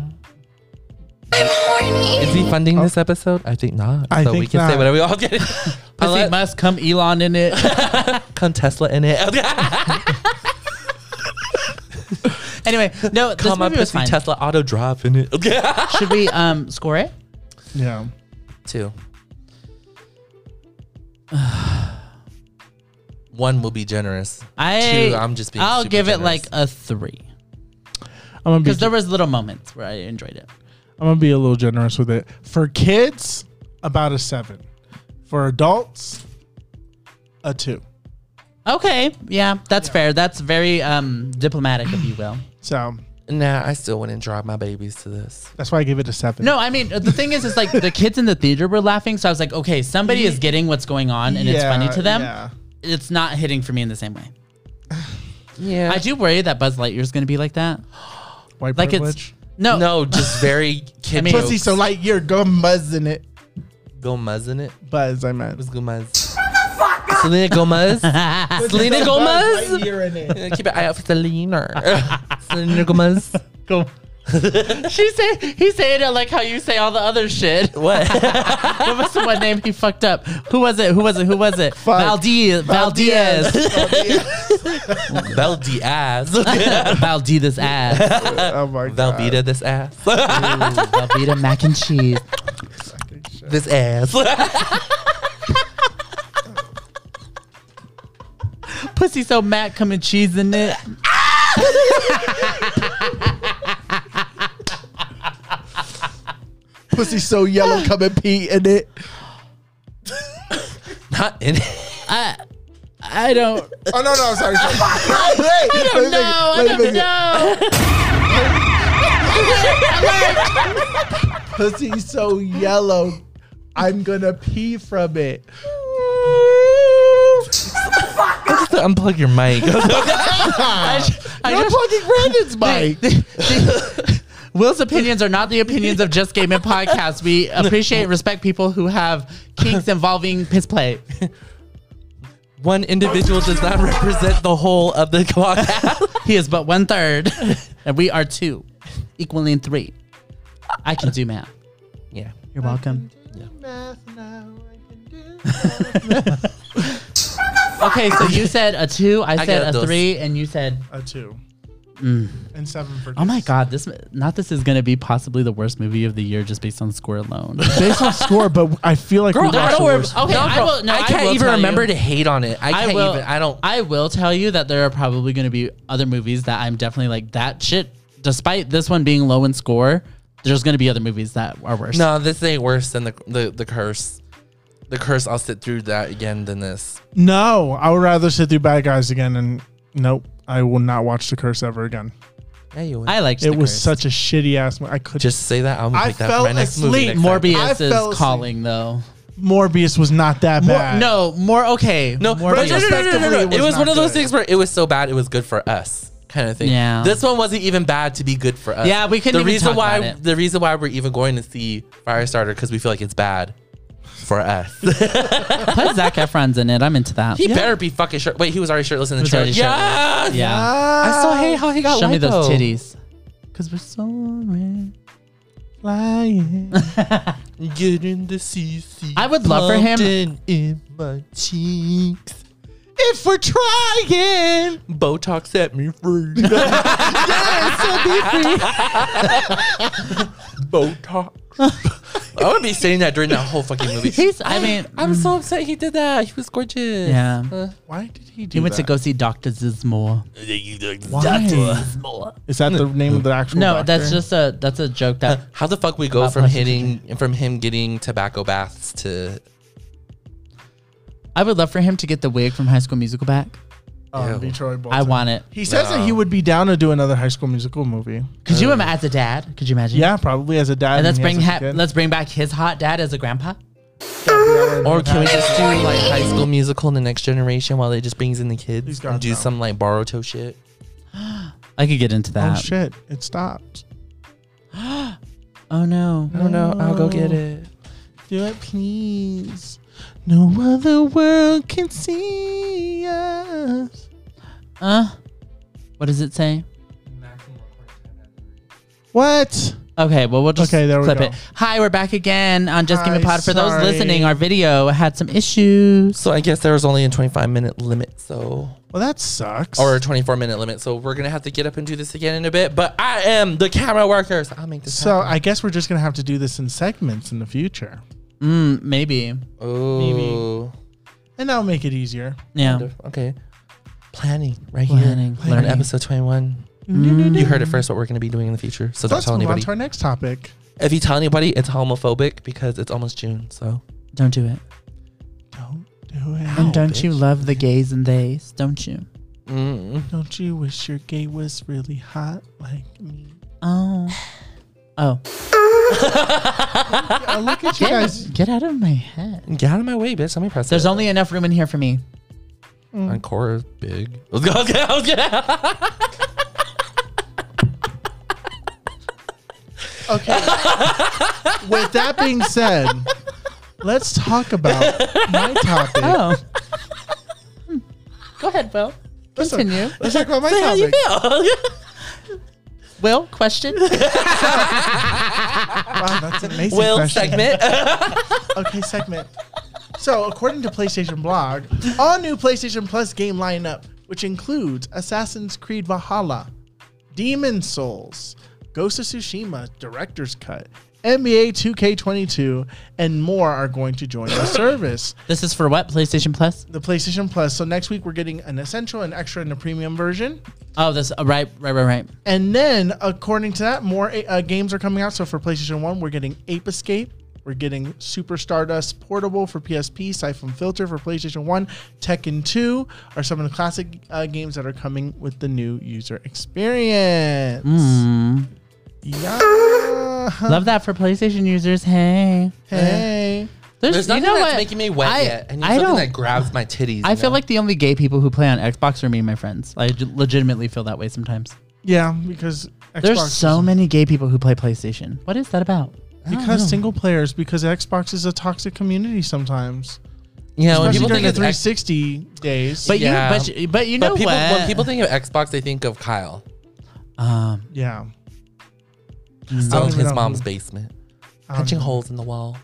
B: Is he funding this episode? I think not.
A: Oh. I
B: so we
A: think
B: can say
A: not.
B: whatever we all get.
C: Pussy
B: Unless-
C: Musk, come Elon in it.
B: Come Tesla in it.
C: anyway, no, this
B: Come up
C: movie was
B: pussy
C: fine.
B: Tesla auto drive in it.
C: Should we um score it?
A: yeah.
B: Two. One will be generous.
C: I
B: Two, I'm just being
C: I'll
B: super
C: give it
B: generous.
C: like a three
A: I'm gonna be.
C: because there was little moments where I enjoyed it.
A: I'm gonna be a little generous with it. For kids, about a seven. For adults, a two.
C: Okay, yeah, that's fair. That's very um diplomatic, if you will.
A: So
B: Nah, I still wouldn't drive my babies to this.
A: that's why I give it a seven.
C: No, I mean the thing is, is like the kids in the theater were laughing, so I was like, okay, somebody is getting what's going on, and it's
A: Yeah,
C: funny to them.
A: yeah.
C: It's not hitting for me in the same way.
B: Yeah.
C: I do worry that Buzz Lightyear is going to be like that.
A: White
C: Like
A: privilege.
C: it's no,
B: no, just very kid
C: Oh. I mean-
B: jokes.
A: Pussy, so like you're gum buzzing it.
B: Gomez in it.
A: Buzz, I meant.
B: Who's Gomez? Selena Gomez. Selena Gomez. Yeah, Keep an eye out for Selena. Selena Gomez.
C: Go. she say he's saying it like how you say all the other shit.
B: What?
C: what was the one name he fucked up? Who was it? Who was it? Who was it? Valdez. Valdez.
B: Bel Diaz.
C: Valdez this ass.
A: Oh my god.
B: Velveeta this ass.
C: Velveeta mac and cheese.
B: this ass.
C: Pussy so mac come and cheese in it.
A: Pussy so yellow, come and pee in it.
B: Not in it.
C: I don't.
A: Oh no, no, sorry. sorry. I
C: No, I don't know.
A: Pussy so yellow, I'm gonna pee from it.
B: Just to unplug your mic.
C: I, ju- I
A: Uh, You're plugging
C: just-
A: Brandon's mic.
C: Will's opinions are not the opinions of Just Gaming Podcast. We appreciate and respect people who have kinks involving piss play.
B: One individual does not represent the whole of the podcast.
C: He is but one third, and we are two, equaling three. I can do math.
B: yeah.
C: You're welcome. Okay, so you said a two, I,
B: I
C: said
B: got
C: a
B: those.
C: three, and you said,
A: A two. And seven for
C: "Oh my
A: kids.
C: god, this not this is gonna be possibly the worst movie of the year just based on score alone."
A: Based on score, but I feel like we
B: Girl, I
A: watched
B: don't
A: the
B: worry.
A: worst.
C: Okay, I will- no,
B: I
C: I
B: can't
C: will
B: even
C: tell
B: remember
C: you.
B: to hate on it. I
C: I
B: can't
C: will.
B: even. I don't.
C: I will tell you that there are probably going to be other movies that I'm definitely like that shit. Despite this one being low in score, there's going to be other movies that are worse.
B: no, this ain't worse than the, the the curse. The curse. I'll sit through that again than this.
A: No, I would rather sit through Bad Guys again and nope, I will not watch The Curse ever again.
B: Yeah, you would.
C: I liked
A: It
C: The
A: was
C: Curse.
A: such a shitty ass movie. I could
B: just say that. I'm gonna
A: I
B: take that for
A: fell
B: my next movie
A: asleep,
B: next time.
A: Morbi- I
C: Morbius
A: fell
C: is
A: asleep.
C: calling though.
A: Morbius was not that bad.
C: No, more okay.
B: No,
C: more
B: no, no, no, no, no, no.
A: Respectively
B: It
A: was
B: was one
A: not
B: of those
A: good.
B: things where it was so bad, it was good for us, kind of thing.
C: Yeah.
B: This one wasn't even bad to be good for us.
C: Yeah, we couldn't
B: The
C: even
B: reason
C: talk
B: why
C: about it.
B: the reason why we're even going to see Firestarter because we feel like it's bad for us.
C: Put Zac Efron's in it. I'm into that.
B: he better be fucking shirt. Wait, he was already shirtless in the
C: was already
B: trailer. Yeah.
C: shirtless. Yeah.
B: I still hate how he got.
C: Show me those
B: lipo.
C: titties. Cause we're so rich.
A: Lying.
B: Get in the CC.
C: I would love for him-
B: Pumped in my cheeks. If we're trying, Botox set me free. Botox. I would be saying that during that whole fucking movie.
C: He's. I mean,
B: I'm so upset he did that. He was gorgeous.
C: yeah.
A: Why did he do
C: He went
A: that?
C: to go see Doctor Zizmore.
A: Why? Is that the name of the actual?
C: No,
A: doctor?
C: that's just a that's a joke that
B: How the fuck we go
C: Not
B: from
C: prostitution.
B: hitting from him getting tobacco baths to
C: I would love for him to get the wig from High School Musical back.
A: um,
B: Ew.
A: be Troy Bolton.
C: I want it.
A: He says that he would be down to do another High School Musical movie.
C: Could you imagine as a dad? Could you imagine?
A: Yeah, probably as a dad.
C: And let's
A: he
C: bring
A: has a
C: ha-
A: kid.
C: let's bring back his hot dad as a grandpa.
B: Or can we just do like High School Musical and the Next Generation while they just brings in the
A: He's
B: kids
A: gone
B: and do
A: now.
B: some like Boruto shit?
C: I could get into
A: Oh
C: that.
A: shit! It stopped.
C: Oh, no.
B: I don't know. I'll go get it.
A: Do it, please. No other world can see us.
C: Uh, what does it say?
A: What?
C: Okay, well we'll just
A: Okay, there we
C: clip
A: go.
C: it. Hi, we're back again on Just Give Me
A: Hi,
C: Pod. For those
A: sorry.
C: listening, our video had some issues.
B: So I guess there was only a 25 minute limit, so
A: Well, that sucks.
B: or a 24 minute limit. So we're gonna have to get up and do this again in a bit. But I am the camera worker, so I'll make this.
A: so I guess we're just gonna have to do this in segments in the future,
C: Mm, maybe.
B: oh,
A: and that'll make it easier.
C: Yeah.
B: okay. Planning right
C: Planning,
B: here. Learn
C: planning.
B: episode 21.
A: Mm.
B: You heard it first, what we're gonna be doing in the future. So don't
A: Let's
B: tell
A: move on
B: anybody.
A: to our next topic.
B: If you tell anybody, it's homophobic because it's almost June. So
C: Don't do it.
A: Don't do it.
C: and don't you love the gays and theys? Don't you?
B: mm.
A: Don't you wish your gay was really hot like me?
C: Oh. Oh.
A: Yeah, Oh, look at you guys.
C: Get out of my head.
B: get out of my way, bitch. Let me press.
C: There's
B: it.
C: only enough room in here for me.
B: encore is big. Let's go. Let's go. Let's go.
A: Okay. With that being said, let's talk about my topic.
C: Oh. Hmm. Go ahead, Will.
A: Listen,
C: Continue.
A: Let's talk about my
B: How you
A: topic.
B: feel?
C: Will, question?
A: Wow, that's an amazing
B: Will
A: question.
B: segment.
A: Okay, segment. So, according to PlayStation Blog, all new PlayStation Plus game lineup, which includes Assassin's Creed Valhalla, Demon Souls, Ghost of Tsushima Director's Cut, NBA 2K22, and more, are going to join the service.
C: this is for what? PlayStation Plus?
A: The PlayStation Plus. So next week we're getting an essential, an extra, and a premium version.
C: Oh, this. oh, right, right, right, right.
A: And then, according to that, more uh, games are coming out. So for PlayStation 1, we're getting Ape Escape. We're getting Super Stardust Portable for PSP, Siphon Filter for PlayStation 1, Tekken 2 are some of the classic uh, games that are coming with the new user experience.
B: Hmm.
A: Yeah.
C: Love that for PlayStation users. Hey.
A: Hey.
B: There's nothing that's making me wet
C: I,
B: yet. I need
C: I
B: something
C: don't.
B: that grabs my titties.
C: I
B: you
C: feel
B: know?
C: like the only gay people who play on Xbox are me and my friends. I j- legitimately feel that way sometimes.
A: Yeah, because Xbox
C: There's so many gay people who play PlayStation. What is that about?
A: because single players because Xbox is a toxic community sometimes.
B: yeah. When
A: Especially
B: people
A: during
B: think
A: the
B: of X-
A: 360 days.
C: But
B: Yeah.
C: you, but you, but you know
B: but people,
C: what?
B: when people think of Xbox, they think of Kyle.
C: um,
A: yeah,
B: So in
A: even
B: his
A: know
B: mom's
A: who-
B: basement,
A: I don't
B: punching
A: know.
B: holes in the wall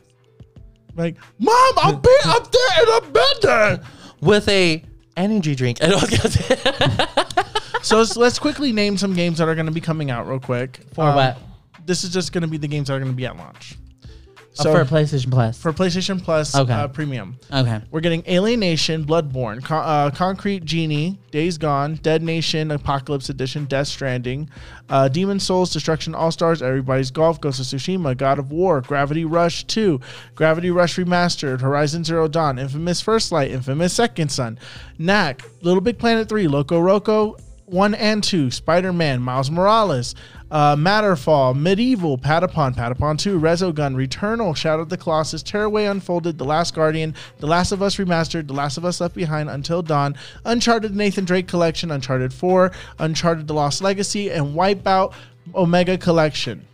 A: Like, mom, I've been up there and I've been there.
B: with a energy drink. I don't get it.
A: So let's, let's quickly name some games that are going to be coming out real quick.
C: for
A: Um,
C: what?
A: This is just going to be the games that are going to be at launch.
C: Oh,
A: So
C: for
A: for,
C: PlayStation Plus.
A: PlayStation Plus
C: Okay.
A: uh, Premium,
C: okay.
A: we're getting Alienation, Bloodborne, Con- uh, Concrete Genie, Days Gone, Dead Nation, Apocalypse Edition, Death Stranding, uh, Demon Souls, Destruction All Stars, Everybody's Golf, Ghost of Tsushima, God of War, Gravity Rush 2, Gravity Rush Remastered, Horizon Zero Dawn, Infamous First Light, Infamous Second Son, Knack, Little Big Planet 3, Loco Roco 1 and 2, Spider Man, Miles Morales, uh, Matterfall, Medieval, Patapon, Patapon 2, Resogun, Returnal, Shadow of the Colossus, Tearaway Unfolded, The Last Guardian, The Last of Us Remastered, The Last of Us Left Behind, Until Dawn, Uncharted Nathan Drake Collection, Uncharted 4, Uncharted The Lost Legacy, and Wipeout Omega Collection.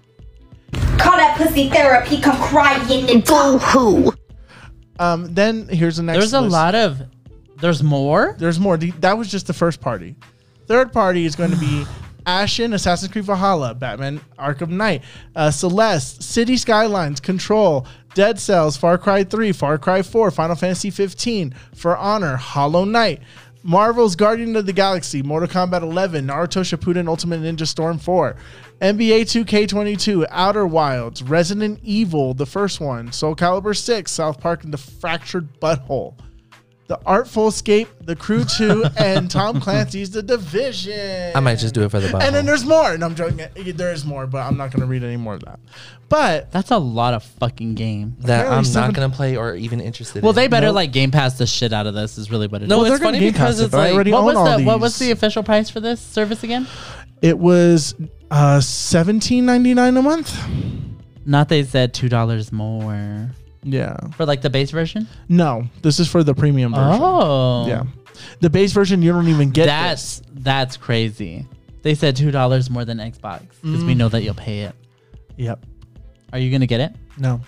E: Call that pussy therapy, come crying and boo hoo.
A: Um, then here's the next
C: There's a
A: list.
C: lot of. There's more.
A: There's more. The- That was just the first party. Third party is going to be Ashen, Assassin's Creed Valhalla, Batman Arkham Knight, uh, Celeste, City Skylines, Control, Dead Cells, Far Cry 3, Far Cry 4, Final Fantasy 15, For Honor, Hollow Knight, Marvel's Guardian of the Galaxy, Mortal Kombat 11, Naruto Shippuden Ultimate Ninja Storm 4, NBA 2K22, Outer Wilds, Resident Evil, the first one, Soul Calibur 6, South Park and the Fractured Butthole. The Artful Escape, The Crew 2, and Tom Clancy's The Division.
B: I might just do it for the butthole.
A: And then there's more. And I'm joking. There is more, but I'm not going to read any more of that. But
C: That's a lot of fucking game.
B: that
A: Apparently
B: I'm
A: seven-
B: not gonna play or even interested.
C: Well,
B: in.
C: they better
A: Nope.
C: like Game Pass the shit out of this. Is really what it is.
B: No,
A: Well,
B: it's
A: they're gonna
B: funny
A: Game Pass
B: because
A: it,
B: it's
A: but I
B: like
A: already-
C: what
A: own
C: was
A: all
C: the what
A: these.
C: was the official price for this service again?
A: it was uh, $17.99 a month.
C: Not they said two dollars more
A: Yeah.
C: for like the base version.
A: No, this is for the premium version.
C: Oh,
A: Yeah. The base version, you don't even get this.
C: that's that's crazy. They said two dollars more than Xbox because
B: Mm.
C: we know that you'll pay it.
A: Yep.
C: Are you gonna get it?
A: No.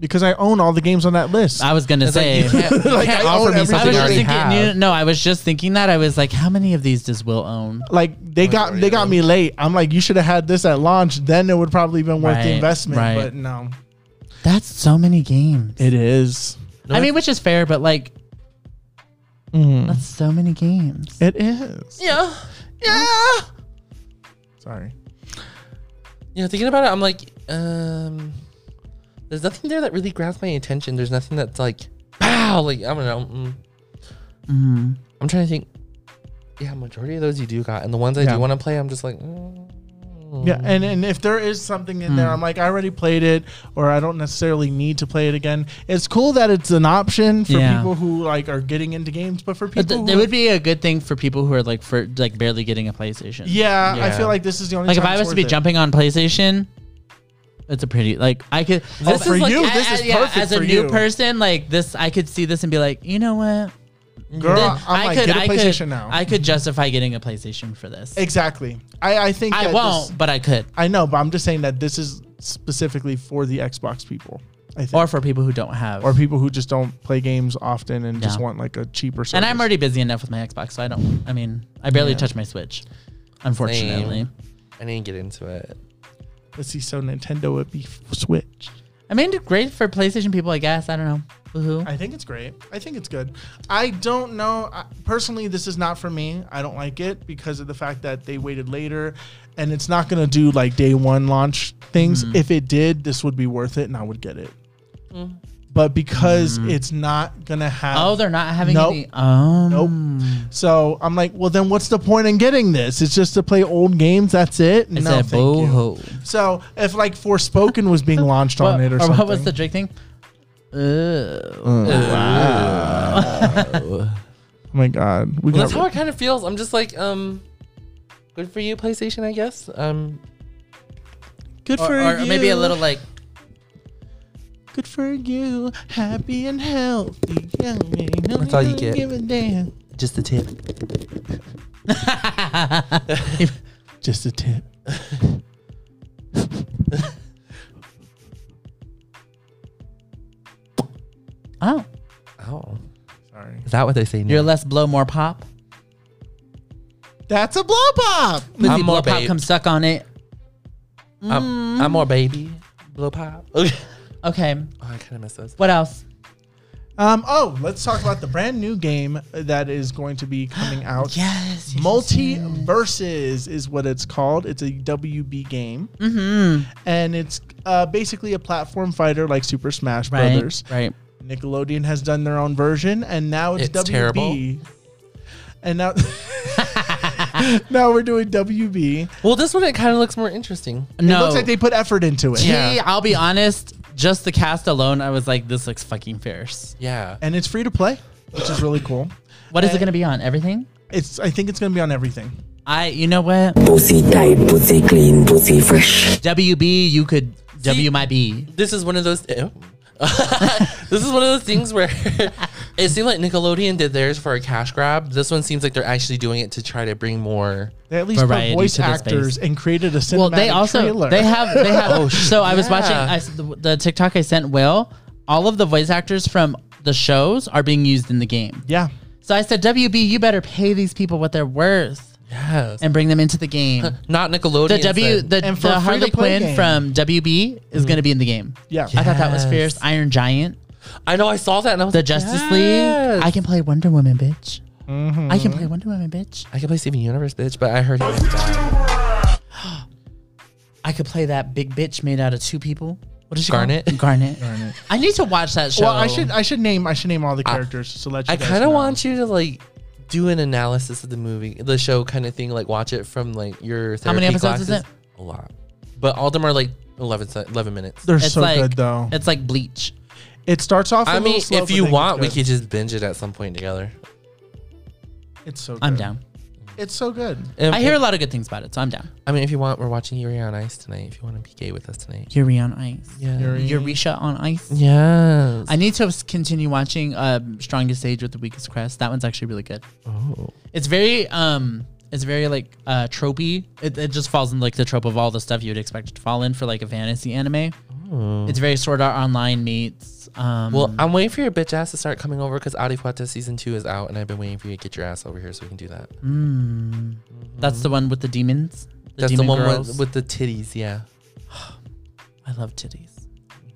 A: Because I own all the games on that list.
C: I was gonna
B: It's like,
C: say.
B: you can't, you
A: Like,
B: can't
A: I own
B: offer me
A: everything
C: I
B: something I
C: was just
B: already
C: thinking.
B: have.
C: No, I was just thinking that. I was like, how many of these does Will own?
A: like oh, they got
B: already
A: they got
B: owned.
A: me late. I'm like, you should have had this at launch. Then it would probably been worth the
C: Right,
A: investment.
C: right.
A: But no,
C: That's so many games.
A: it is.
C: I mean, which is fair, but like,
B: Mm-hmm.
C: that's so many games.
A: It is.
B: yeah,
A: Sorry.
B: you know, thinking about it, I'm like, um, there's nothing there that really grabs my attention. There's nothing that's like, wow, like I don't know. Mm. I'm trying to think. Yeah, majority of those you do got, and the ones I
A: Yeah.
B: do want to play, I'm just like, mm.
A: Yeah, and and if there is something in there, I'm like, I already played it, or I don't necessarily need to play it again. It's cool that it's an option for
C: Yeah.
A: people who like are getting into games, but for people,
C: But th-
A: who
C: it would be a good thing for people who are like for like barely getting a PlayStation.
A: yeah, I
B: Yeah.
A: feel like this is the only
C: Like if
A: time
C: I
A: it's
C: was to be
A: worth it.
C: jumping on PlayStation, it's a pretty like I could.
A: Oh, for you,
C: a-
A: this
C: a-
A: is perfect
C: as a
A: for
C: new
A: you.
C: person. Like this, I could see this and be like, you know what?
A: girl,
C: Then
A: I'm like, get a PlayStation
C: could,
A: now.
C: I could justify getting a PlayStation for this.
A: exactly. I I think that
C: I
A: this-
C: won't, but I could.
A: I know, but I'm just saying that this is specifically for the Xbox people. I think.
C: Or for people who don't have.
A: or people who just don't play games often and just
C: Yeah.
A: want like a cheaper service.
C: and I'm already busy enough with my Xbox, so I don't. I mean, I barely touch my Switch, unfortunately.
B: Same. I didn't get into it.
A: let's see. So Nintendo would be f- Switch.
C: I mean, great for PlayStation people, I guess. I don't know. Woohoo.
A: I think it's great. I think it's good. I don't know. I, personally, this is not for me. I don't like it because of the fact that they waited later, and it's not gonna do like day one launch things.
C: Mm.
A: If it did, this would be worth it, and I would get it. But because it's not gonna have
C: Mm. Oh, they're not having
A: Nope.
C: any. Oh,
A: Nope. So I'm like, well, then what's the point in getting this? It's just to play old games. That's it.
C: It's
A: no,
C: a
A: thank you.
C: boho.
A: So if like Forspoken was being launched on it or, something,
C: what was the Drake thing? Ugh.
A: Oh my god, we
B: Well,
A: got
B: that's how it kind of feels. I'm just like, um, good for you, PlayStation, I guess. Um,
A: good
C: Or, or maybe a little like
A: good for you, happy and healthy.
B: That's
A: That's
B: all you get.
A: Give a damn.
B: just the tip.
A: Just a tip.
C: oh,
B: Oh,
A: Sorry,
B: is that what they say? now?
C: you're less blow, more pop.
A: that's a blow pop.
C: Pussy
B: I'm
C: blow
B: more
C: pop,
B: babe.
C: come suck on it.
B: I'm, I'm more baby. Blow pop. oh,
C: Okay,
B: I kind of miss those.
C: what else?
A: Um. Oh, let's talk about the brand new game that is going to be coming out.
C: Yes,
A: Multiverses is what it's called. It's a WB game, mm-hmm. and it's uh, basically a platform fighter like Super Smash
C: right,
A: Brothers.
C: right.
A: Nickelodeon has done their own version, and now it's,
B: It's
A: WB.
B: terrible.
A: And now, now we're doing WB.
B: Well, this one it kind of looks more interesting.
A: It
C: no,
A: looks like they put effort into it,
C: Gee,
B: Yeah.
C: I'll be honest. Just the cast alone, I was like, this looks fucking fierce.
B: Yeah.
A: and it's free to play, which is really cool.
C: What is it
A: And-
C: going to be on? Everything?
A: It's I think it's going to be on everything.
C: I, you know what?
D: Pussy tight, pussy clean, pussy fresh.
C: WB, you could W my B.
B: this is one of those. ew. this is one of those things where it seemed like Nickelodeon did theirs for a cash grab. This one seems like they're actually doing it to try to bring more.
A: They at least put
C: Variety
A: voice
C: to the
A: actors
C: space.
A: and created a cinematic
C: well they also
A: trailer.
C: they have they have
B: Oh,
C: so i was
B: yeah.
C: watching I s the, the tiktok i sent will all of the voice actors from the shows are being used in the game
A: yeah.
C: so i said wb you better pay these people what they're worth
B: Yes.
C: and bring them into the game
B: Not Nickelodeon.
C: the w the,
A: And for
C: the
A: a
C: harley
A: free-to-play
C: quinn
A: game.
C: from wb is going to be in the game
A: Yeah.
C: i thought that was
B: Yes.
C: fierce iron giant
B: I know I saw that and I was
C: the
B: like,
C: justice
B: yes.
C: league i can play wonder woman bitch
A: Mm-hmm.
C: i can play wonder woman bitch
B: I can play Steven Universe, bitch, but I heard.
A: Oh,
C: i could play that big bitch made out of two people What is she
B: Garnet?
C: called? Garnet. I need to watch that show.
A: Well, I should I should name I should name all the characters to let you.
B: I
A: guys
B: kind
A: know.
B: of want you to like do an analysis of the movie, the show kind of thing. Like watch it from like your therapy
C: How many episodes
B: classes.
C: is it?
B: A lot, but all of them are like 11, se- 11 minutes.
A: They're
C: It's
A: so
C: like
A: good though.
C: It's like Bleach.
A: It starts off. a
B: I
A: little
B: mean,
A: slow,
B: if
A: but
B: you
A: then it gets
B: want, we
A: good.
B: could just binge it at some point together.
A: It's so. Good.
C: I'm down.
A: It's so good.
B: And-
C: I hear a lot of good things about it, so I'm down.
B: I mean, if you want, we're watching Yuri on Ice tonight. If you want to be gay with us tonight,
C: Yuri on Ice.
B: yeah,
A: Yuri.
C: Eurisha on Ice.
B: yes.
C: I need to s- continue watching um, Strongest Age with the Weakest Crest. That one's actually really good.
B: oh.
C: It's very um it's very like uh tropey. It, it just falls in like the trope of all the stuff you'd expect it to fall in for like a fantasy anime.
A: Oh.
C: It's very sort of online meets. Um
B: Well, I'm waiting for your bitch ass to start coming over because Adi Fuerte season two is out, and I've been waiting for you to get your ass over here so we can do that.
C: Mm. that's the one with the demons.
B: That's the
C: demon
B: one
C: girls.
B: with, with the titties, yeah.
C: I love titties.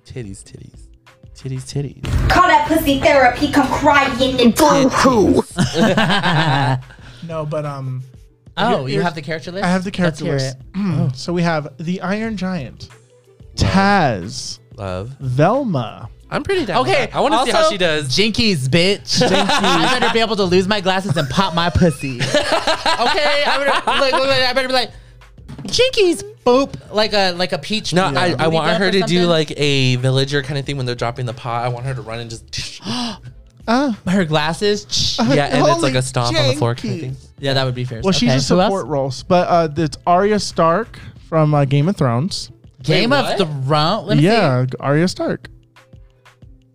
B: Titties, titties. Titties, titties.
E: Call that pussy therapy, come crying and go hoo.
A: No, but um,
C: Oh, you
A: here's-
C: have the character list?
A: I have the
C: Let's
A: character
C: hear
A: list.
C: it. Oh.
A: So we have the Iron Giant, Taz,
B: Love.
A: Velma,
B: I'm pretty down. with
C: Okay,
B: that. I want to see how
C: also,
B: she does.
C: Jinkies, bitch. I better be able to lose my glasses and pop my pussy. okay, I better look, look, look, I better be like Jinkies, boop, like a like a peach.
B: No,
C: booty
B: I, I want
C: bump
B: her
C: or
B: to do
C: something.
B: like a villager kind of thing when they're dropping the pot. I want her to run and just.
C: her glasses.
B: yeah, and it's like
A: Holy
B: a stomp on the floor kind of thing.
A: jinkies.
C: Yeah, that would be fair.
A: Well, she's a
C: Okay, who else?
A: support role, but uh, it's Arya Stark from uh, Game of Thrones.
C: Game
B: Wait,
C: of
B: what?
C: Thrones. Let me see.
A: Yeah, Arya Stark.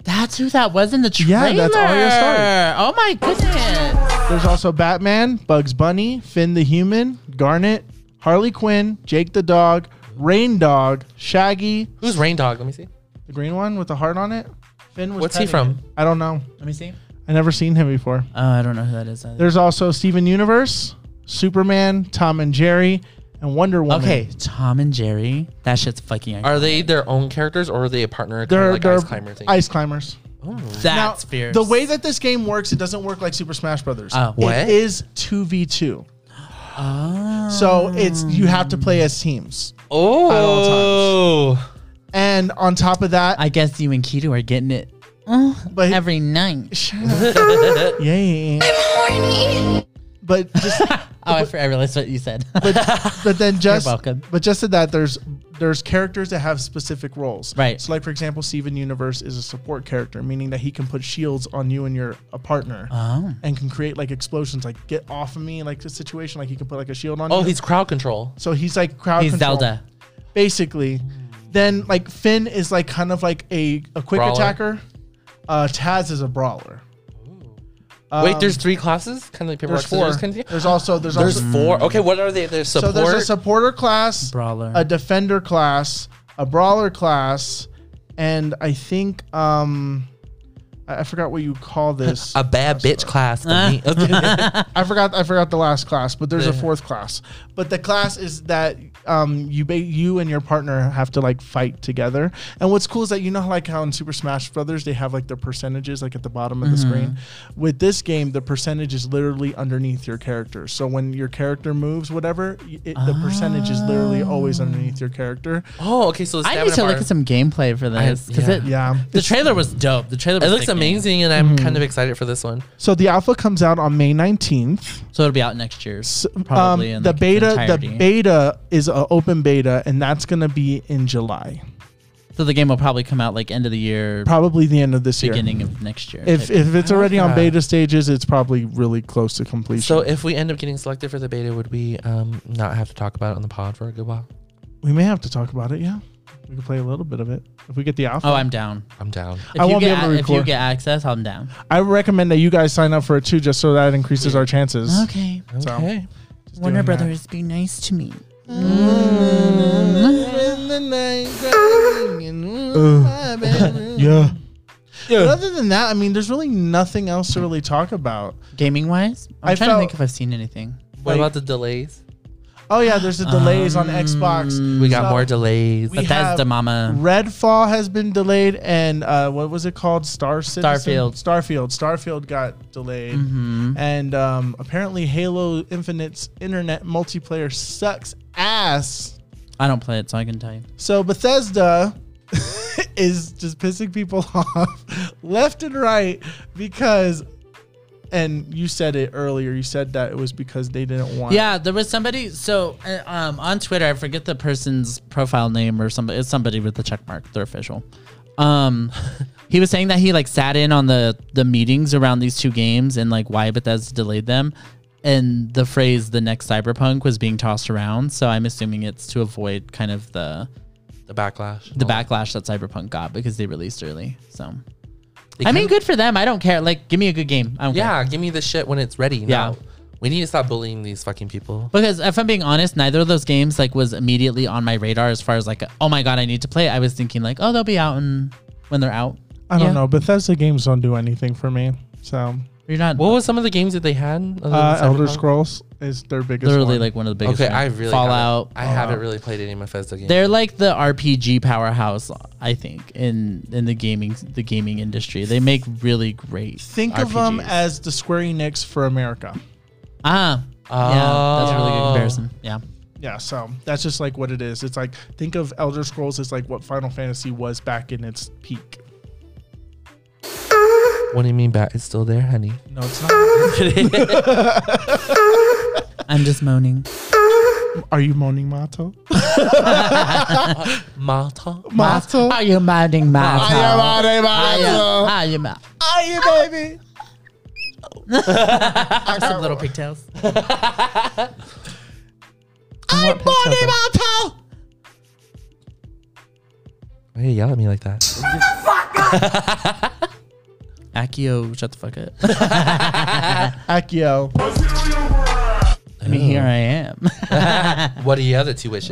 C: that's who that was in the trailer.
A: Yeah, that's Arya Stark.
C: Oh my goodness.
A: There's also Batman, Bugs Bunny, Finn the Human, Garnet, Harley Quinn, Jake the Dog, Rain Dog, Shaggy,
B: Who's Rain Dog? Let me see.
A: the green one with the heart on it. Finn was
B: What's he
A: petting
B: from?
A: it. I don't know.
C: Let me see.
A: I never seen him before.
C: Oh, I don't know who that is. either.
A: There's also Steven Universe, Superman, Tom and Jerry, and Wonder Woman.
C: Okay, Tom and Jerry. That shit's fucking.
B: Are they their own characters or are they a partner? kinda
A: they're
B: like
A: they're
B: ice climber thing.
A: ice climbers. Now,
C: that's fierce.
A: The way that this game works, it doesn't work like Super Smash Brothers.
C: Oh.
B: What?
A: It is two v two. So it's you have to play as teams,
C: Oh.
A: all
B: oh.
A: and on top of that,
C: I guess you and Kido are getting it
A: but
C: every night.
A: yay. But just
C: Oh, I, for- I realized what you said.
A: but then just
C: welcome.
A: but just to that there's there's characters that have specific roles.
C: Right.
A: So like for example, Steven Universe is a support character, meaning that he can put shields on you and your a partner
C: oh,
A: and can create like explosions, like get off of me, like the situation, like he can put like a shield on
B: Oh,
A: you.
B: he's crowd control.
A: so he's like crowd
C: he's
A: control.
C: Zelda.
A: basically. Then like Finn is like kind of like a, a quick
B: Brawler.
A: attacker. Uh, Taz is a brawler.
B: Wait, there's three classes? Kind of like paper,
A: Um, There's
B: rock, scissors
A: four.
B: Kind of thing?
A: There's also there's,
B: There's
A: also
B: four. Okay, what are they? There's
A: so
B: support.
A: there's a supporter class,
C: Brawler.
A: a defender class, a brawler class, and I think um I I forgot what you call this.
B: a bad bitch class
C: Uh-huh.
B: to me. Okay.
A: I forgot I forgot the last class, but there's a fourth class. But the class is that um you ba- you and your partner have to like fight together. And what's cool is that you know how, like how in Super Smash Brothers they have like their percentages like at the bottom of the
C: Mm-hmm.
A: screen. With this game, the percentage is literally underneath your character. So when your character moves, whatever, y- it, the percentage is literally always underneath your character.
B: oh, okay. So the
C: I
B: stamina
C: need to look
B: bar-
C: at some gameplay for this because
B: yeah.
C: it.
A: Yeah.
C: The trailer was dope. The trailer.
B: It
C: Was
B: looks
C: sickening.
B: amazing, and
A: Mm-hmm.
B: I'm kind of excited for this one.
A: So the alpha comes out on May 19th.
C: So it'll be out next year.
A: Um,
C: Probably in
A: the
C: like, its
A: beta the
C: entirety.
A: beta is a open beta and that's going to be in July.
C: So the game will probably come out like end of the year,
A: Probably the end of this year.
C: beginning of next year.
A: If
C: maybe.
A: if it's already on
B: that.
A: beta stages, it's probably really close to completion.
B: So if we end up getting selected for the beta, would we um, not have to talk about it on the pod for a good while?
A: we may have to talk about it. Yeah, we can play a little bit of it if we get the alpha.
C: oh, I'm down.
B: I'm down.
C: If
A: I
C: you
A: won't be
C: get
A: able to
C: a- If you
A: record.
C: get access, I'm down.
A: I recommend that you guys sign up for it too, just so that increases our chances.
C: Okay.
A: So,
B: Okay.
A: just doing that.
C: be nice to me.
A: Uh, Yeah. But other than that, I mean, there's really nothing else to really talk about.
C: Gaming wise, I'm
A: I
C: trying
A: felt-
C: to think if I've seen anything.
B: What
A: Like-
B: about the delays?
A: Oh yeah, there's the delays on Xbox.
B: Mm. We got
A: So-
B: more delays.
A: We-
C: Bethesda
A: have
C: Mama.
A: Redfall has been delayed, and uh, what was it called? Star Citizen?
C: Starfield. Mm-hmm.
A: Starfield. Starfield got delayed, and um, apparently Halo Infinite's internet multiplayer sucks ass.
C: I don't play it, so I can tell you.
A: So Bethesda is just pissing people off left and right because, and you said it earlier. You said that it was because they didn't want.
C: Yeah, there was somebody. So uh, um, on Twitter, I forget the person's profile name or somebody. It's somebody with the check mark. They're official. Um, he was saying that he like sat in on the the meetings around these two games and like why Bethesda delayed them, and the phrase "the next Cyberpunk" was being tossed around. So I'm assuming it's to avoid kind of the
B: The backlash.
C: the backlash that Cyberpunk got because they released early. So
B: They
C: I mean,
B: kinda-
C: good for them. I don't care. Like, give me a good game. I don't care.
B: Yeah, give me the shit when it's ready.
C: Yeah.
B: Yeah. We need to stop bullying these fucking people.
C: Because if I'm being honest, neither of those games like was immediately on my radar as far as like, oh my god, I need to play. it. I was thinking like, oh, they'll be out and when they're out.
A: I don't
C: Yeah.
A: know. Bethesda games don't do anything for me. So
C: You're not.
B: What was some of the games that they had? other
A: uh,
B: than
A: Elder
B: Cyberpunk?
A: Scrolls is their biggest.
C: literally
A: one.
C: like one of the biggest.
B: Okay,
C: ones.
B: I really
C: Fallout.
B: Haven't, I haven't really played any Bethesda games.
C: They're like the RPG powerhouse, I think, in in the gaming the gaming industry. They make really great.
A: think of them
C: RPGs.
A: as the Square Enix for America.
C: ah, yeah, that's a really good
B: Oh.
C: comparison. Yeah,
A: Yeah, so that's just like what it is. It's like think of Elder Scrolls as like what Final Fantasy was back in its peak.
B: what do you mean by it's still there, honey?
A: No, it's not.
C: I'm just moaning.
A: Are you moaning Mato?
B: Malta?
A: Mato.
C: Are you moaning, Matt?
A: moaning Mato.
C: Are you moaning?
A: Are you baby?
C: Some little pigtails.
B: I'm Bonnie Malta! Why you yell at me like that?
C: Akio, shut the fuck up.
A: Akio.
C: I mean, here I am.
B: what are the other two wishes?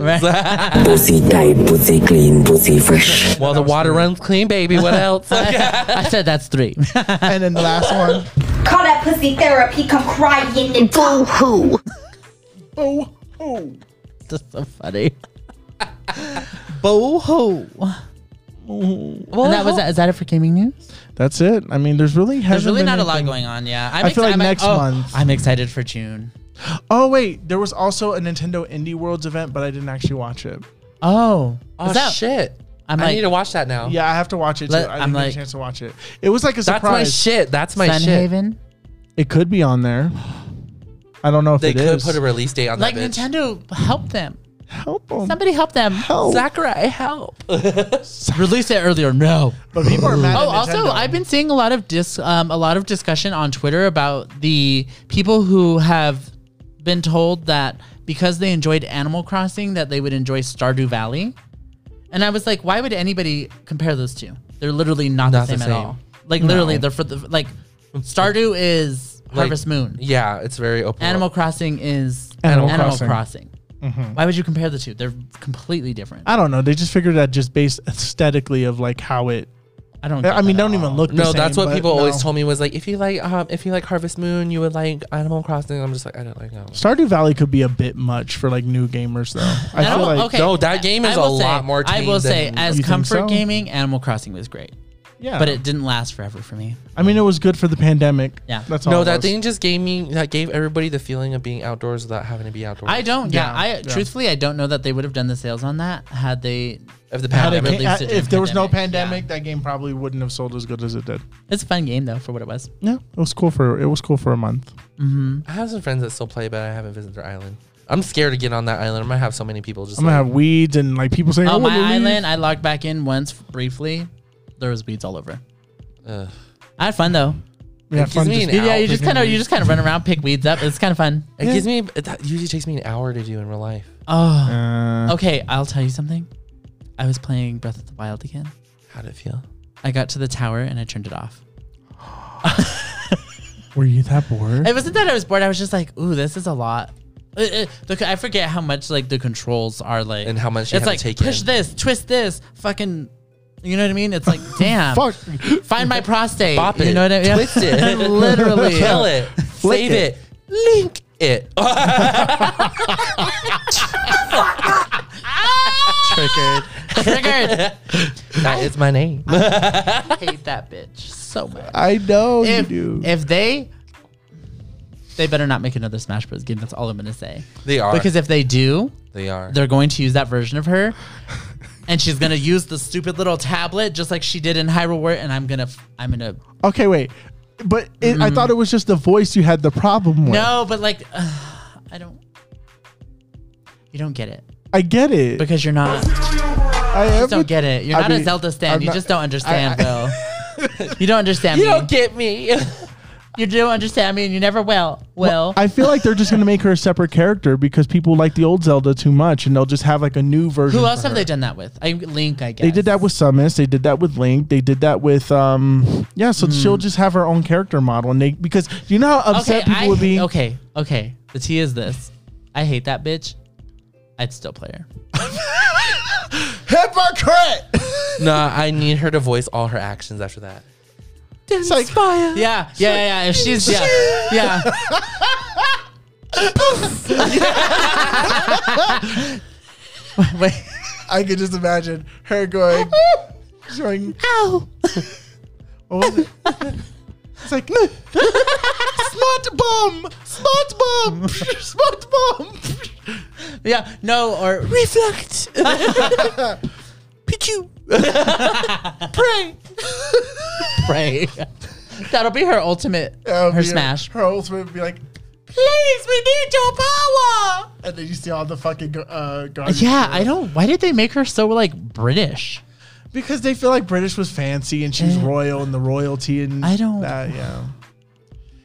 D: Pussy tight, pussy clean, pussy fresh.
B: Well, the water runs clean, baby. What else?
C: I said that's three.
A: And then the last one.
E: Call that pussy therapy, come crying and boo hoo.
A: Oh, oh,
C: That's so funny. Boho. And that was is that it for gaming news?
A: That's it. I mean, there's really
C: There's
A: hasn't
C: really
A: been
C: not a lot
A: anything-
C: going on. Yeah, I'm
A: I feel
C: exci-
A: like
C: I'm
A: next
C: oh,
A: month-
C: I'm excited for June.
A: Oh wait, there was also a Nintendo Indie Worlds event, but I didn't actually watch it.
C: Oh,
B: oh,
C: is that-
B: shit.
C: I'm
B: I
C: like-
B: need to watch that now.
A: Yeah, I have to watch it. Too.
C: Let-
A: I didn't
C: I'm
A: get
C: like-
A: a chance to watch it. It was like a
B: That's my
A: surprise.
B: shit. That's my shit.
C: Sunhaven.
A: It could be on there. I don't know if
B: They
A: it
B: could
A: is.
B: put a release date on
C: Like
B: that bitch.
C: Nintendo, help them.
A: Help 'em.
C: Somebody help them.
A: Help.
B: Sakurai, help.
C: Release it earlier. No.
A: But people are mad.
C: Oh,
A: at Nintendo.
C: also, I've been seeing a lot of dis, um, a lot of discussion on Twitter about the people who have been told that because they enjoyed Animal Crossing, that they would enjoy Stardew Valley. And I was like, why would anybody compare those two? They're literally not,
B: Not
C: the,
B: the
C: same at
B: same.
C: all. Like literally, they're for the like Stardew is
B: Like-
C: Harvest Moon.
B: Yeah, it's very open.
C: Animal Crossing is
A: Animal
C: Animal,
A: Crossing.
C: Crossing. Why would you compare the two? They're completely different.
A: I don't know. They just figured that just based aesthetically of like how it.
C: I don't.
A: I
C: get
A: mean,
C: that at
A: don't
C: all.
A: even look. The
B: No,
A: same,
B: that's what
A: but
B: people always
A: no.
B: told me was like, if you like, um, if you like Harvest Moon, you would like Animal Crossing. I'm just like, I don't like no.
A: Stardew Valley could be a bit much for like new gamers though. I
C: I
A: feel
C: don't-
A: like
C: okay.
B: No, that game is
C: I will
B: a
C: say-
B: lot more
C: I
B: tame
C: will say,
B: than-
C: as
A: You think
C: comfort
A: so?
C: gaming, Animal Crossing was great,
A: yeah,
C: but it didn't last forever for me.
A: I mean, it was good for the pandemic.
C: Yeah.
A: that's all.
B: No,
A: it
B: that
A: was.
B: thing just gave me that gave everybody the feeling of being outdoors without having to be outdoors.
C: I don't. Yeah,
A: Yeah,
C: I
A: yeah.
C: truthfully, I don't know that they would have done the sales on that had they.
B: of the
A: Had
C: Had
A: it
B: pandemic.
C: They
A: came-
C: released it
A: if
C: in
A: there was no
C: pandemic,
A: pandemic, that game probably wouldn't have sold as good as it did.
C: It's a fun game though, for what it was.
A: Yeah, it was cool for it was cool for a month.
B: I have some friends that still play, but I haven't visited their island. I'm scared to get on that island. I'm gonna have so many people just.
A: I'm gonna
B: like-
A: have weeds and like people saying,
C: On
A: "Oh,
C: my island, I logged back in once briefly. There was weeds all over.
B: Ugh.
C: I had fun though.
A: yeah,
B: Excuse
A: fun
B: me,
A: just-
B: now.
C: yeah, you
B: Ow.
C: just kind of you just kind of run around, pick weeds up. It's kind of fun.
B: It gives me. That usually takes me an hour to do in real life.
C: Oh,
A: Uh,
C: okay. I'll tell you something. I was playing Breath of the Wild again.
B: How'd it feel?
C: I got to the tower and I turned it off.
A: Were you that bored?
C: It wasn't that I was bored. I was just like, ooh, this is a lot. It- it- the co- I forget how much like the controls are like,
B: And how much you have
C: it's
B: to
C: like
B: take
C: push
B: in.
C: this, twist this, fucking. You know what I mean? It's like, damn.
A: Fuck.
C: Find my prostate.
B: Bop it.
C: You know what I mean?
B: Twist it.
C: Literally.
B: Kill it. Save it.
A: it.
B: Link it.
C: Triggered. Triggered.
B: that is my name.
C: Hate that bitch so much.
A: I know
C: If,
A: you do.
C: if they, they better not make another Smash Bros. game. That's all I'm gonna say.
B: They are
C: Because if they do,
B: they are.
C: they're going to use that version of her and she's gonna use the stupid little tablet just like she did in Hyrule Warrior, and I'm gonna, f- I'm gonna.
A: Okay, wait. But it,
B: Mm.
A: I thought it was just the voice you had the problem with.
C: No, but like, I don't. You don't get it
A: I get it.
C: because you're not.
A: I
C: You
A: am
C: just don't get it. You're
A: I
C: not
A: mean,
C: a Zelda stan.
A: I'm
C: you
A: not-
C: just don't understand,
A: I-
C: though. you don't understand
B: You
C: me.
B: don't get me.
C: you don't understand me, and you never will. Will.
A: I feel like they're just gonna make her a separate character because people like the old Zelda too much, and they'll just have like a new version.
C: Who
A: for
C: else have
A: her.
C: they done that with? I Link, I guess.
A: They did that with Samus. They did that with Link. They did that with um. Yeah,
C: Hmm.
A: so she'll just have her own character model, and they because you know how upset people
C: I
A: would
C: hate-
A: be.
C: Okay, okay. The tea is this. I hate that bitch. I'd still play her.
A: Hypocrite.
B: nah, I need her to voice all her actions after that.
A: It's like
C: Yeah, yeah, yeah. yeah. If she's yeah, yeah. Wait,
A: I could just imagine her going, she's going, ow. What was it? It's like, "No." smart bomb, smart bomb, smart bomb.
C: yeah, no, or
B: Reflect.
A: Pichu.
C: pray, pray. That'll be her ultimate,
A: That would
C: her
A: be-
C: smash.
A: Her ultimate would be like,
C: Please, we need your power.
A: and then you see all the fucking uh, Guardians.
C: Yeah, I don't. Why did they make her so like British?
A: Because they feel like British was fancy and she was
C: Eh.
A: royal and the royalty and
C: I don't-
A: That, yeah.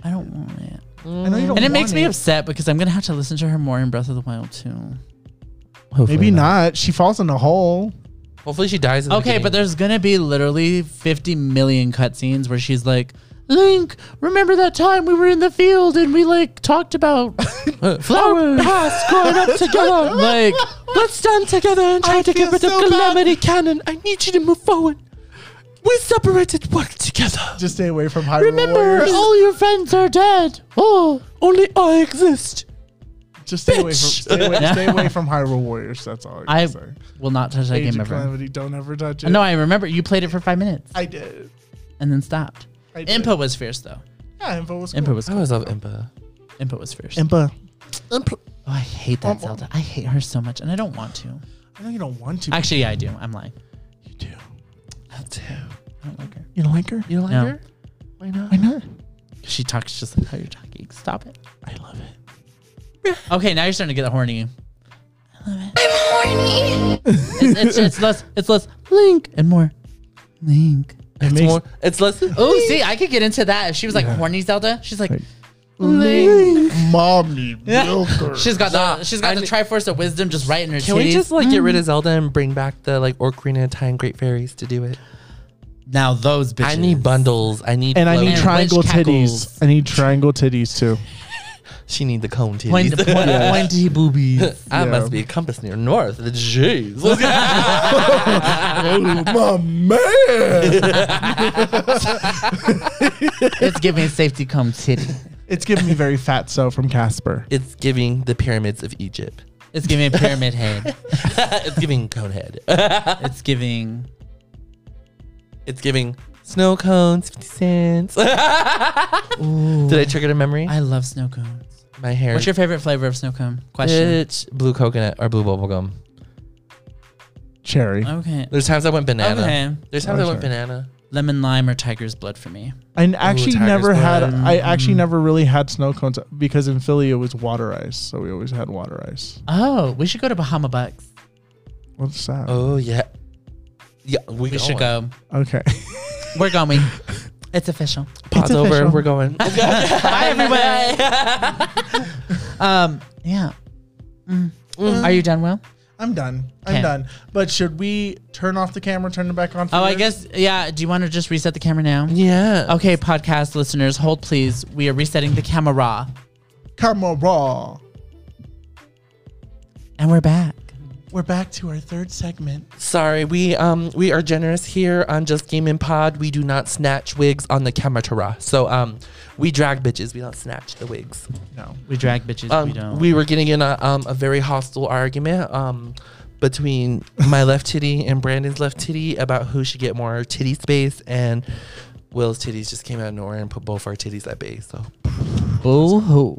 C: I don't want it.
A: I know you don't
C: Mm. And it
A: want
C: makes me upset because I'm gonna have to listen to her more in Breath of the Wild too.
A: Maybe not. She falls in a hole.
B: Hopefully she dies. In the
C: Okay, but
B: beginning.
C: there's gonna be literally 50 million cutscenes where she's like, "Link, remember that time we were in the field and we like talked about flower paths growing up together? like, let's stand together and try to
A: feel
C: get rid of
A: so bad.
C: calamity cannon. I need you to move forward.
B: we separated, work together.
A: Just stay away from Hyrule
C: Remember,
A: Warriors.
C: all your friends are dead. Oh,
B: Only I exist.
A: Just stay away from
B: Bitch.
A: stay away, stay away from Hyrule Warriors. That's all. I
C: I
A: can say.
C: will not touch that
A: Age
C: game
A: of
C: ever.
A: Calamity. Don't ever touch it.
C: No, I remember you played it for five minutes
A: I did.
C: and then stopped.
A: I did.
C: Input was fierce though.
A: Yeah, Impa was.
C: Input was
B: I
C: cool.
B: always love Impa.
C: Input was fierce.
A: Impa.
C: Oh, I hate that Zelda. I hate her so much, and I don't want to.
A: I know you don't want to.
C: Actually, yeah, I do. I'm lying.
A: you do.
C: I do. I don't like her.
A: You don't like her?
B: You like
C: No.
B: her? Why not?
A: Why not?
C: She talks just like how you're talking. Stop it.
A: I love it.
C: Okay, now you're starting to get horny. I love it. I'm horny. It's, it's, it's less. It's less Link and more Link.
A: It
B: It's
A: makes
B: more. It's less.
C: Oh, see, I could get into that if she was like horny Zelda. She's like,
A: Like,
C: Link.
A: mommy milk her.
C: She's got
B: Nah,
C: the she's got
B: I
C: the
B: need-
C: Triforce of Wisdom just right in her.
B: Can
C: titties.
B: we just like get rid of Zelda and bring back the like Ocarina of Time Great Fairies to do it?
C: now those bitches?
B: I need bundles. I need
A: and I need
B: floaties.
C: And
A: triangle
C: witch cackles.
A: titties. I need triangle titties too.
B: She need the cone titties.
C: Point- point- pointy boobies.
B: I
A: Yeah.
B: must be a compass near north. Jeez.
A: Oh, My man.
C: It's giving safety cum titty.
A: it's giving me very fat so from Casper.
B: it's giving the pyramids of Egypt.
C: It's giving pyramid head.
B: it's giving cone head.
C: It's giving
B: It's giving snow cones, 50 cents. Did I trigger a memory?
C: I love snow cones.
B: My hair.
C: What's your favorite flavor of snow cone? Question.
B: bitch? Blue coconut or blue bubble gum?
A: Cherry.
C: Okay.
B: There's times I went banana.
C: Okay.
B: There's times
A: Oh,
B: I went
A: sure.
B: banana.
C: Lemon lime or tiger's blood for me.
A: I n- actually
B: tiger's
A: never had.
B: blood.
A: I actually never really had snow cones because in Philly it was water ice, so we always had water ice.
C: Oh, we should go to Bahama Bucks.
A: What's that?
B: Oh yeah. Yeah, we,
C: We should go.
A: Okay.
C: We're going. It's official.
B: Pause
A: It's
B: over.
A: official.
B: We're going.
C: Bye everybody. um. Yeah. Mm. Are you done, Will?
A: I'm done.
C: Okay.
A: I'm done. But should we turn off the camera, turn it back on? For
C: Oh, I
A: you?
C: guess. Yeah. Do you want to just reset the camera now?
B: yeah.
C: Okay, podcast listeners, hold please. We are resetting the camera,
A: Camera raw.
C: and we're back.
A: We're back to our third segment.
B: Sorry, we um we are generous here on Just Gaming Pod. We do not snatch wigs on the camera. So um we drag bitches. We don't snatch the wigs.
A: No.
C: We drag bitches.
B: Um,
C: we don't.
B: we were getting in a um a very hostile argument um between my left titty and Brandon's left titty about who should get more titty space and Will's titties just came out of nowhere and put both our titties at bay. So
C: Boo hoo.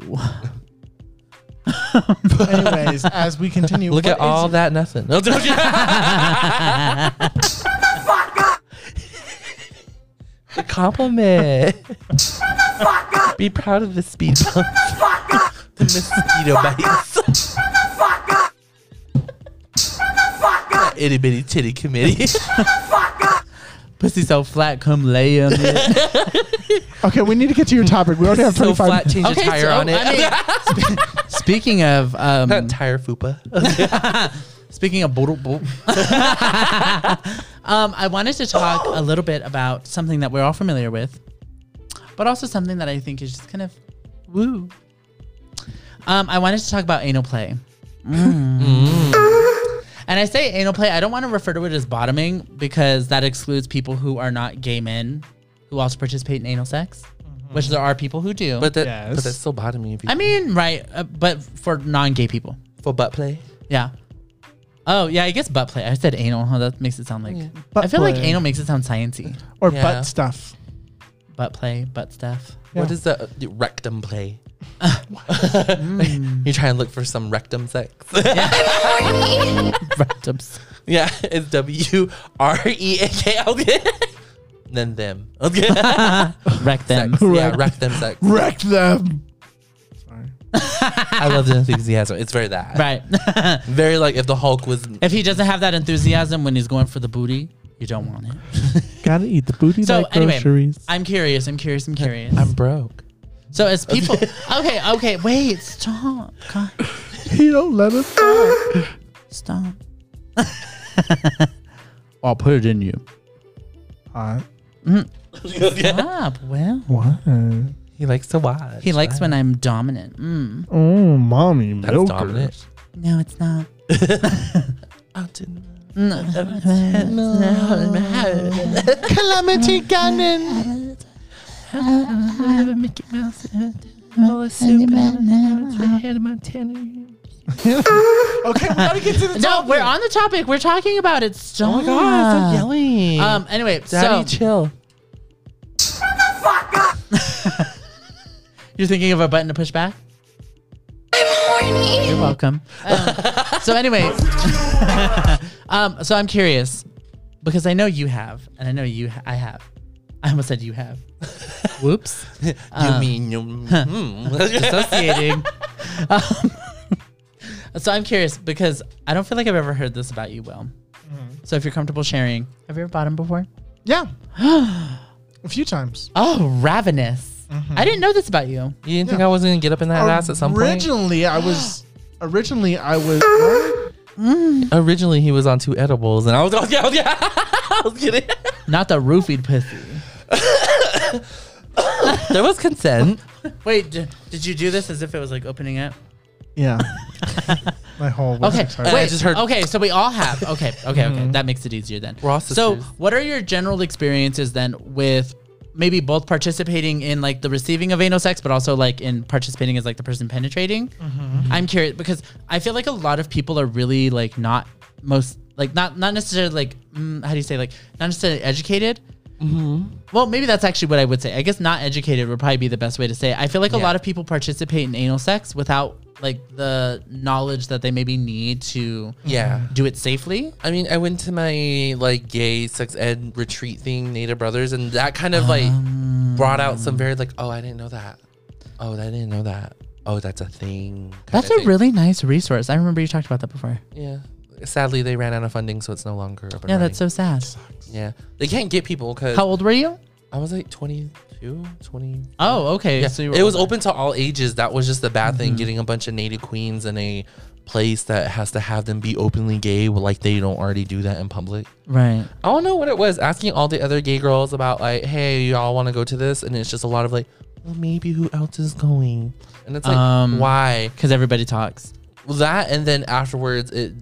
A: Anyways, as we continue,
B: Look
A: what
B: at all
A: is-
B: that nothing. No, don't- A compliment. Be proud of the speed bump. the mosquito bites. That Itty bitty titty committee.
C: Pussy so flat, come lay on it.
A: Okay, we need to get to your topic. We already have
B: so
A: 25
B: flat, change a tire
C: so,
B: on it.
C: I mean, sp- speaking of, um,
B: Not tire fupa.
C: speaking of, boodle boop. um, I wanted to talk a little bit about something that we're all familiar with, but also something that I think is just kind of woo. Um, I wanted to talk about anal play. And I say anal play, I don't want to refer to it as bottoming because that excludes people who are not gay men who also participate in anal sex, which there are people who do.
B: But that,
A: Yes.
B: but that's still bothering me.
C: I mean, right, uh, but for non-gay people,
B: for butt play.
C: yeah. Oh yeah, I guess butt play. I said anal. Huh? That makes it sound like.
A: Butt
C: I feel like
A: play.
C: anal makes it sound sciency.
A: or
B: Yeah.
A: butt stuff.
C: Butt play, butt stuff.
A: Yeah.
B: What is the, the rectum play? You're trying to look for some rectum sex.
C: Rectums.
B: yeah, it's W R E A K. Okay. Then them. Okay.
C: Wreck them.
B: Sex. Yeah, rectum sex.
A: Wreck them. Sorry.
B: I love the enthusiasm. It's very that.
C: Right.
B: Very like if the Hulk was.
C: if he doesn't have that enthusiasm when he's going for the booty, you don't want it.
A: Gotta eat the booty
C: So
A: like
C: anyway,
A: groceries.
C: I'm curious. I'm curious. I'm curious.
B: I'm broke.
C: so as people, okay, okay, wait, stop, God,
A: he don't let us.
C: stop. I'll put it in you.
A: Hot.
C: Stop. Well,
A: What?
B: He likes to watch.
C: he likes when I'm dominant. Mm.
A: Oh, mommy
B: That's
A: milkers.
B: dominant.
C: No, it's not.
A: Calamity Ganon. okay, we gotta get to the
C: No, we're on the topic. We're talking about it. Stop.
B: Oh my god, stop yelling.
C: Um. Anyway,
B: Daddy,
C: so
B: chill.
C: you're thinking of a button to push back. You're welcome. Um, so anyway, um, so I'm curious because I know you have, and I know you, ha- I have. I almost said you have. Whoops.
B: you mean you. mm.
C: associating. um, so I'm curious because I don't feel like I've ever heard this about you, Will. So if you're comfortable sharing, Mm-hmm. have you ever bought him before?
A: Yeah. a few times.
C: Oh, ravenous. I didn't know this about you.
B: You didn't think I was gonna get up in that ass at some point?
A: originally, I was. Originally, I was. What?
B: Originally, he was on two edibles, and I was, yeah, yeah. I was kidding.
C: Not the roofied pussy.
B: There was consent.
C: Wait, d- did you do this as if it was like opening up?
A: yeah. My whole. was
C: Okay.
A: excited.
C: Wait,
B: I just heard- Mm-hmm.
C: Okay, so we all have. Okay, okay, okay. That makes it easier then.
B: We're all
C: so,
B: sisters.
C: what are your general experiences then with maybe both participating in like the receiving of anal sex, but also like in participating as like the person penetrating? I'm curious because I feel like a lot of people are really like not most like not not necessarily like mm, how do you say like not necessarily educated. Well, maybe that's actually what I would say. I guess not educated would probably be the best way to say. It. I feel like a
B: Yeah.
C: lot of people participate in anal sex without like the knowledge that they maybe need to
B: Yeah.
C: do it safely.
B: I mean, I went to my like gay sex ed retreat thing, Native Brothers, and that kind of like brought out some very like, oh, I didn't know that. Oh, I didn't know that. Oh, that's a thing. kinda
C: That's a
B: thing.
C: really nice resource. I remember you talked about that before.
B: yeah. Sadly, they ran out of funding, so it's no longer up. And
C: Yeah, that's so sad.
B: running. yeah. They can't get people because
C: How old were you?
B: I was like 22, 20.
C: Oh, okay.
B: Yeah,
C: So
B: it
C: you were
B: was
C: older.
B: open to all ages. That was just the bad
C: Mm-hmm.
B: thing, getting a bunch of native queens in a place that has to have them be openly gay, like they don't already do that in public.
C: right?
B: I don't know what it was asking all the other gay girls about like, hey, y'all want to go to this, and it's just a lot of like, well, maybe who else is going, and it's like,
C: Um,
B: why
C: Because everybody talks.
B: Well, that? And then afterwards, it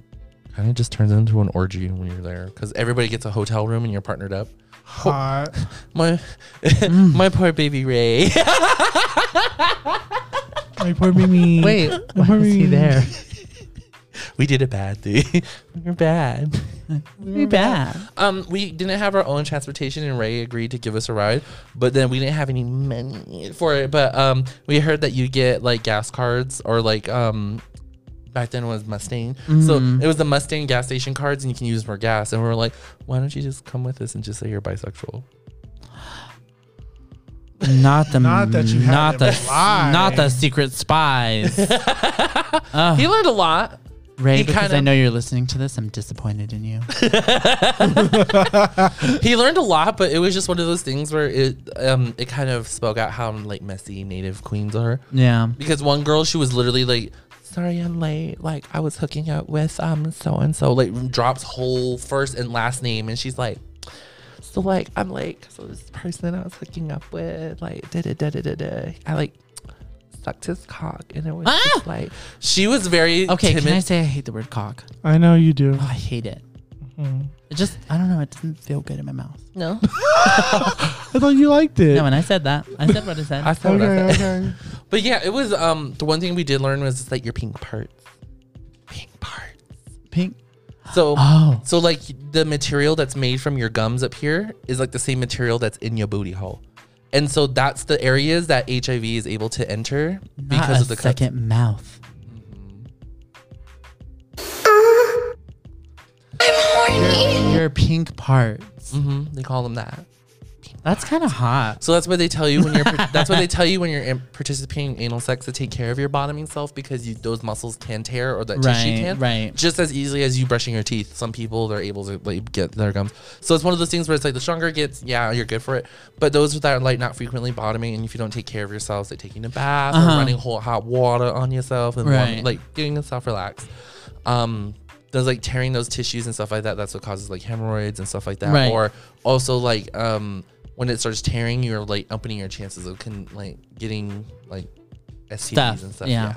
B: kind of just turns into an orgy when you're there because everybody gets a hotel room and you're partnered up.
A: Hot.
B: My my poor baby Ray.
A: My poor baby.
C: Wait, why
A: Why
C: is
A: is
C: he
A: he
C: there?
B: we did it bad, dude. We're bad.
C: Be bad.
B: Um, we didn't have our own transportation, and Ray agreed to give us a ride, but then we didn't have any money for it. But um, we heard that you get like gas cards or like um, back then was Mustang. So it was the Mustang gas station cards, and you can use more gas. And we were like, why don't you just come with us and just say you're bisexual?
C: Not the
A: Not that you had
C: not
A: him
C: the
A: lie.
C: not the secret spies.
B: He learned a lot.
C: Ray,
B: He
C: because
B: kinda-
C: I know you're listening to this, I'm disappointed in you.
B: He learned a lot, but it was just one of those things where it um it kind of spoke out how like messy Native queens are.
C: yeah.
B: Because one girl, she was literally like, "Sorry, I'm late. Like I was hooking up with um so and so." Like drops whole first and last name, and she's like, "So like I'm late because of this person I was hooking up with. Like da da da da da da. I like sucked his cock, and it was just like she was very
C: Okay,
B: Timid.
C: can I say I hate the word cock?
A: I know you do.
C: Oh, I hate it.
B: Mm-hmm.
C: It just I don't know, it doesn't feel good in my mouth.
B: no?
A: I thought you liked it.
C: No, and I said that. I said what I said.
B: I thought
A: okay,
B: about that.
A: okay.
B: But yeah, it was um the one thing we did learn was like your pink parts, pink parts.
C: Pink.
B: So
C: Oh.
B: so like the material that's made from your gums up here is like the same material that's in your booty hole. And so that's the areas that HIV is able to enter because
C: Not
B: of
C: a
B: the cuts.
C: second mouth. Your pink parts.
B: Mhm, they call them that.
C: That's kind of hot.
B: So that's why they tell you when you're that's why they tell you when you're in- participating in anal sex to take care of your bottoming self because you, those muscles can tear or that tissue
C: Right,
B: can
C: right.
B: just as easily as you brushing your teeth. Some people they're able to like get their gums. So it's one of those things where it's like the stronger it gets, yeah, you're good for it. But those that are like not frequently bottoming and if you don't take care of yourselves, like taking a bath or
C: Uh-huh.
B: running hot, hot water on yourself and warm-
C: Right.
B: like getting yourself relaxed. Um those like tearing those tissues and stuff like that. That's what causes like hemorrhoids and stuff like that.
C: Right.
B: Or also like um when it starts tearing you're like opening your chances of con- like getting like STDs
C: Stuff,
B: and stuff
C: yeah.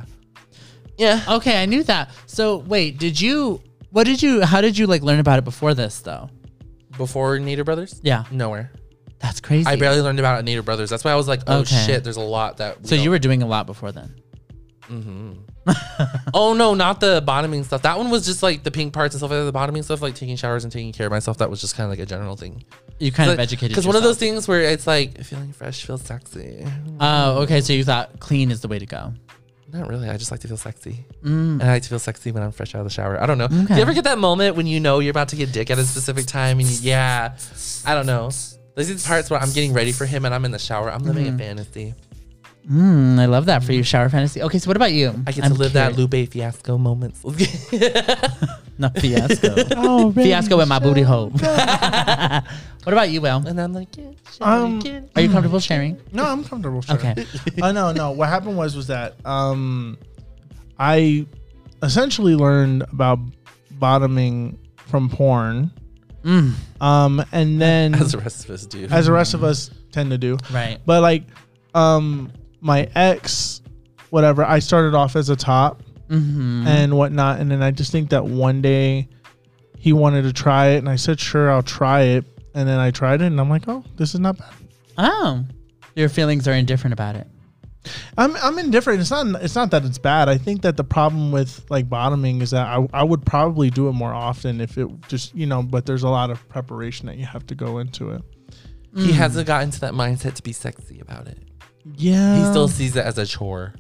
B: yeah yeah,
C: Okay, I knew that. So wait, did you? What did you? How did you like learn about it before this though?
B: before Nader Brothers
C: Yeah,
B: nowhere
C: that's crazy.
B: I barely learned about Nader Brothers that's why I was like oh
C: Okay.
B: shit there's a lot that we
C: so you
B: don't-
C: were doing a lot before then.
B: oh no not the bottoming stuff that one was just like the pink parts and stuff like that the bottoming stuff like taking showers and taking care of myself that was just kind of like a general thing
C: You kind of educated
B: because one of those
C: yourself.
B: things where it's like feeling fresh feels sexy
C: Oh, okay. So you thought clean is the way to go.
B: Not really. I just like to feel sexy. And I like to feel sexy when I'm fresh out of the shower. I don't know. Do
C: Mm. Okay.
B: you ever get that moment when you know you're about to get dick at a specific time and you, yeah, I don't know. There's these parts where I'm getting ready for him and I'm in the shower. I'm living
C: Mm-hmm.
B: a fantasy.
C: Mm, I love that for you, shower fantasy. Okay, so what about you?
B: I get
C: I'm
B: to live that
C: curious.
B: Lupe fiasco moments.
C: No fiasco.
A: Oh, baby,
C: fiasco with my booty hole. what about you, Will?
B: and I'm like, yeah, shower
A: Um,
B: again.
C: Are you comfortable sharing?
A: No, I'm comfortable. Sure.
C: Okay.
A: Oh no, no. What happened was was that um, I essentially learned about bottoming from porn.
C: Mm.
A: Um, and then
B: As the rest of us do.
A: as the rest of us tend to do.
C: Right.
A: But like, um, my ex, whatever, I started off as a top
C: Mm-hmm.
A: and whatnot, and then I just think that one day he wanted to try it, and I said, "Sure, I'll try it." And then I tried it, and I'm like, "Oh, this is not bad."
C: Oh, your feelings are indifferent about it.
A: I'm I'm indifferent. It's not it's not that it's bad. I think that the problem with like bottoming is that I, I would probably do it more often if it just you know, but there's a lot of preparation that you have to go into it.
B: He
C: Mm.
B: hasn't gotten to that mindset to be sexy about it.
A: Yeah.
B: He still sees it as a chore.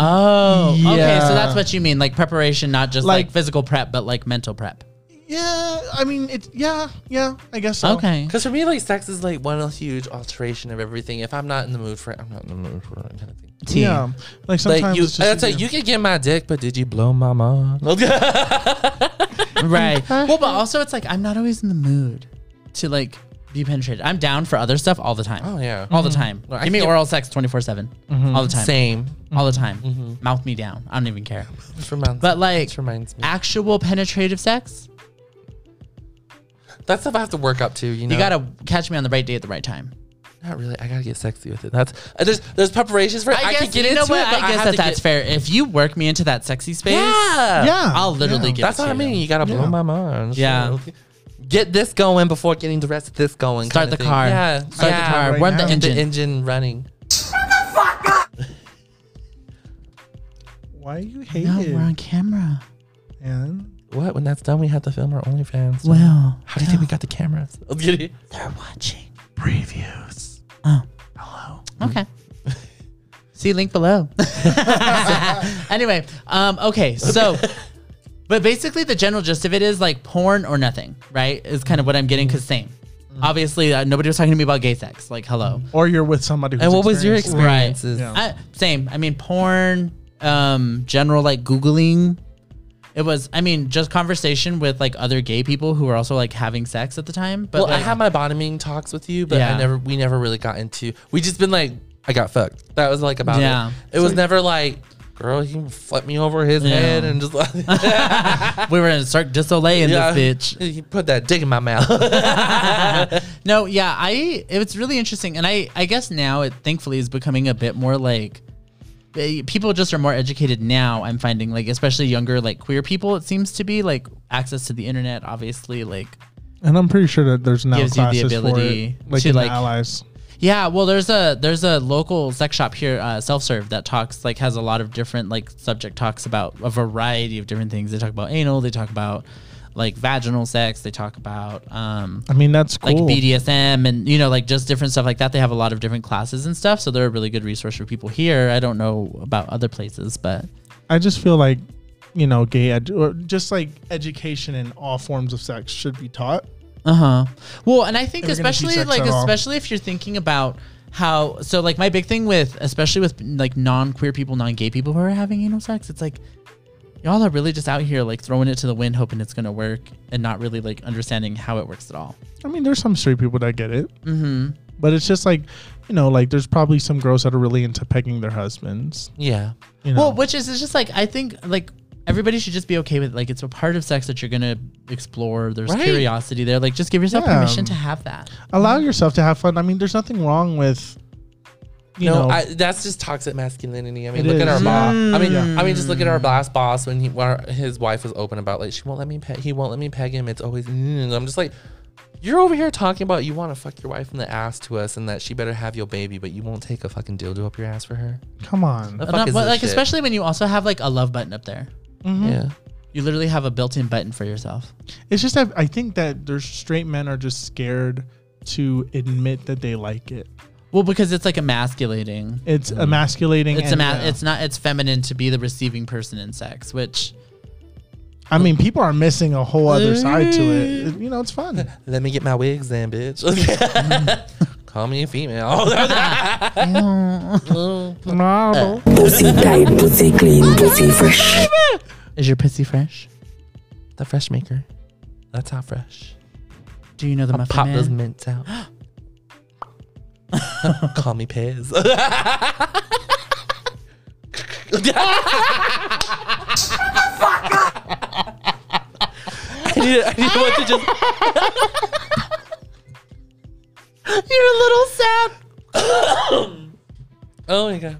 C: Oh, okay.
A: Yeah.
C: So that's what you mean, like preparation, not just like,
A: Like-
C: physical prep, but like mental prep.
A: Yeah, I mean it's yeah, yeah, I guess so.
C: Okay.
B: Because for me, like, sex is like one huge alteration of everything. If I'm not in the mood for it, I'm not in the mood for it kind of thing.
C: T.
A: Yeah. Like sometimes
B: Like you,
A: it's
B: that's
A: just
B: like you can get my dick, but did you blow my mom?
C: Right. well, but also it's like I'm not always in the mood to like be penetrated. I'm down for other stuff all the time.
B: Oh, yeah.
C: All the time.
B: No, I Mm-hmm.
C: Give me
B: can't-
C: oral sex 24 7. All the time.
B: Same.
C: All the time.
B: Mm-hmm.
C: Mouth me down. I don't even care.
B: This reminds,
C: But like
B: this reminds me.
C: actual penetrative sex,
B: That's stuff I have to work up to. You know,
C: you gotta catch me on the right day at the right time.
B: not really. I gotta get sexy with it. That's uh, there's there's preparations for it. I, can get
C: you
B: into
C: know what?
B: it. But
C: I guess
B: have
C: that
B: to
C: that's
B: get,
C: fair. If you work me into that sexy space, uh,
B: Yeah.
A: Yeah.
C: I'll literally
A: yeah.
C: get
B: That's what I mean. You gotta blow
A: Yeah.
B: my mind.
C: Yeah.
B: So, Get this going before getting the rest of this going.
C: Start
B: kinda
C: the
B: thing.
C: car.
B: Yeah.
C: Start
B: Yeah.
C: the car.
A: right
C: Run
A: now.
C: the
B: Get
C: engine.
B: The engine running.
A: Why are you hate
C: no,
A: it,
C: we're on camera.
A: man?
B: What? When that's done, we have to film our OnlyFans.
C: Well,
B: How do you think we got the cameras?
C: they're watching.
B: Previews.
C: Okay. Mm. See link below. anyway, um, okay, so. But basically, the general gist of it is like porn or nothing, right? Is kind of what I'm getting because same. Obviously, uh, nobody was talking to me about gay sex. Like, hello.
A: or you're with somebody. Who's
B: And what was your
A: experienced it.
B: experiences?
A: Yeah.
C: I, same. I mean, porn, um, general like Googling. It was, I mean, just conversation with like other gay people who were also like having sex at the time. But
B: Well, I
C: like,
B: had my bottoming talks with you, but
C: Yeah.
B: I never we never really got into. We just been like, I got fucked. That was like about
C: Yeah.
B: it. It was never like, girl, he flipped me over his
C: Yeah.
B: head and just like,
C: we were in Cirque du Soleil in
B: Yeah.
C: this bitch.
B: He put that dick in my mouth.
C: No, yeah, I it's really interesting, and I I guess now it thankfully is becoming a bit more like eh, people just are more educated now. I'm finding like especially younger like queer people. It seems to be like access to the internet, obviously. Like
A: And I'm pretty sure that there's now
C: Gives you the
A: classes
C: ability
A: for it, like
C: to,
A: in
C: like-
A: allies.
C: yeah, well, there's a there's a local sex shop here, uh, self serve that talks like has a lot of different like subject talks about a variety of different things. They talk about anal, they talk about like vaginal sex, they talk about um
A: I mean, that's cool.
C: like BDSM and you know like just different stuff like that. They have a lot of different classes and stuff, so they're a really good resource for people here. I don't know about other places, but
A: I just feel like you know, gay ed- or just like education in all forms of sex should be taught.
C: uh huh. Well, and I think
A: If you're gonna teach
C: especially
A: sex
C: like
A: at all.
C: especially if you're thinking about how so like my big thing with especially with like non queer people, non gay people who are having anal sex, it's like y'all are really just out here like throwing it to the wind, hoping it's gonna work, and not really like understanding how it works at all.
A: I mean, there's some straight people that get it, mm-hmm. but it's just like you know, like there's probably some girls that are really into pegging their husbands.
B: yeah.
A: You know,
C: Well, which is it's just like I think like everybody should just be okay with like it's a part of sex that you're gonna explore. There's
B: Right.
C: curiosity there. Like just give yourself
A: Yeah.
C: permission to have that.
A: allow yourself to have fun. I mean, there's nothing wrong with you
B: no,
A: know.
B: I, that's just toxic masculinity. I mean,
A: It
B: look at our
A: is.
B: boss. I mean,
C: Mm.
A: Yeah.
B: I mean, just look at our last boss when he, when our- his wife was open about like she won't let me peg. He won't let me peg him. It's always. "Mm." I'm just like, you're over here talking about you want to fuck your wife in the ass to us and that she better have your baby, but you won't take a fucking dildo up your ass for her.
A: come on,
B: The
C: But
B: fuck
C: not-
B: is
C: but,
B: this
C: like
B: shit?
C: especially when you also have like a love button up there.
B: yeah.
C: You literally have a built-in button for yourself.
A: it's just that I think that there's straight men are just scared to admit that they like it.
C: Well, because it's like emasculating.
A: It's emasculating.
C: Mm. It's
A: and-
C: ema-
A: yeah.
C: it's not it's feminine to be the receiving person in sex, which
A: I mean, people are missing a whole other side to it. You know, it's fun.
C: Uh,
B: Let me get my wigs then, bitch. Okay. Call me a female.
D: Pussy tight, pussy clean, pussy fresh.
C: is your pussy fresh?
B: the fresh maker. That's how fresh.
C: Do you know the
B: I'll
C: muffin
B: pop
C: man?
B: those mints out. Call me Pez. I need, I need one to just.
C: You're a little sap.
B: Oh my god!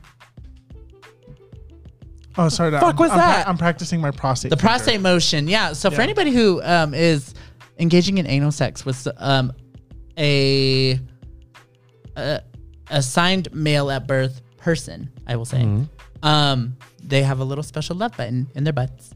A: Oh, sorry. Fuck
B: was that?
A: I'm practicing my prostate.
C: The
A: finger.
C: prostate motion, yeah. So for anybody who um, is engaging in anal sex with um, a, a assigned male at birth person, I will say, um, they have a little special love button in their butts,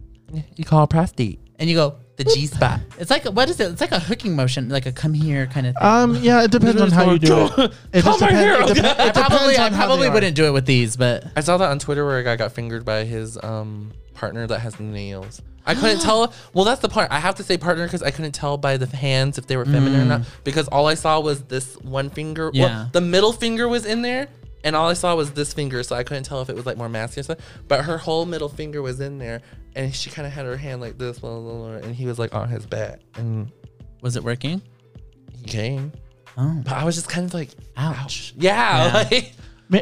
B: You call prostate
C: and you go.
B: the G spot.
C: It's like what is it? It's like a hooking motion, like a come here kind of thing.
A: Um. Yeah, it depends on how you do it. It just
B: Come over here.
A: depends. It, dep-
C: I
A: it
C: probably,
A: depends
C: I
A: on how
C: probably
A: they are.
C: wouldn't do it with these, but
B: I saw that on Twitter where a guy got fingered by his um partner that has nails. I couldn't tell. Well, that's the part. I have to say partner because I couldn't tell by the hands if they were feminine or not because all I saw was this one finger. well,
C: Mm. Yeah.
B: the middle finger was in there, and all I saw was this finger, so I couldn't tell if it was like more masculine. or something. But her whole middle finger was in there, and she kind of had her hand like this, blah, blah, blah, and he was like on his back, and
C: was it working?
B: he came.
C: Oh,
B: But I was just kind of like,
C: ouch!
B: yeah.
C: Yeah.
B: Like,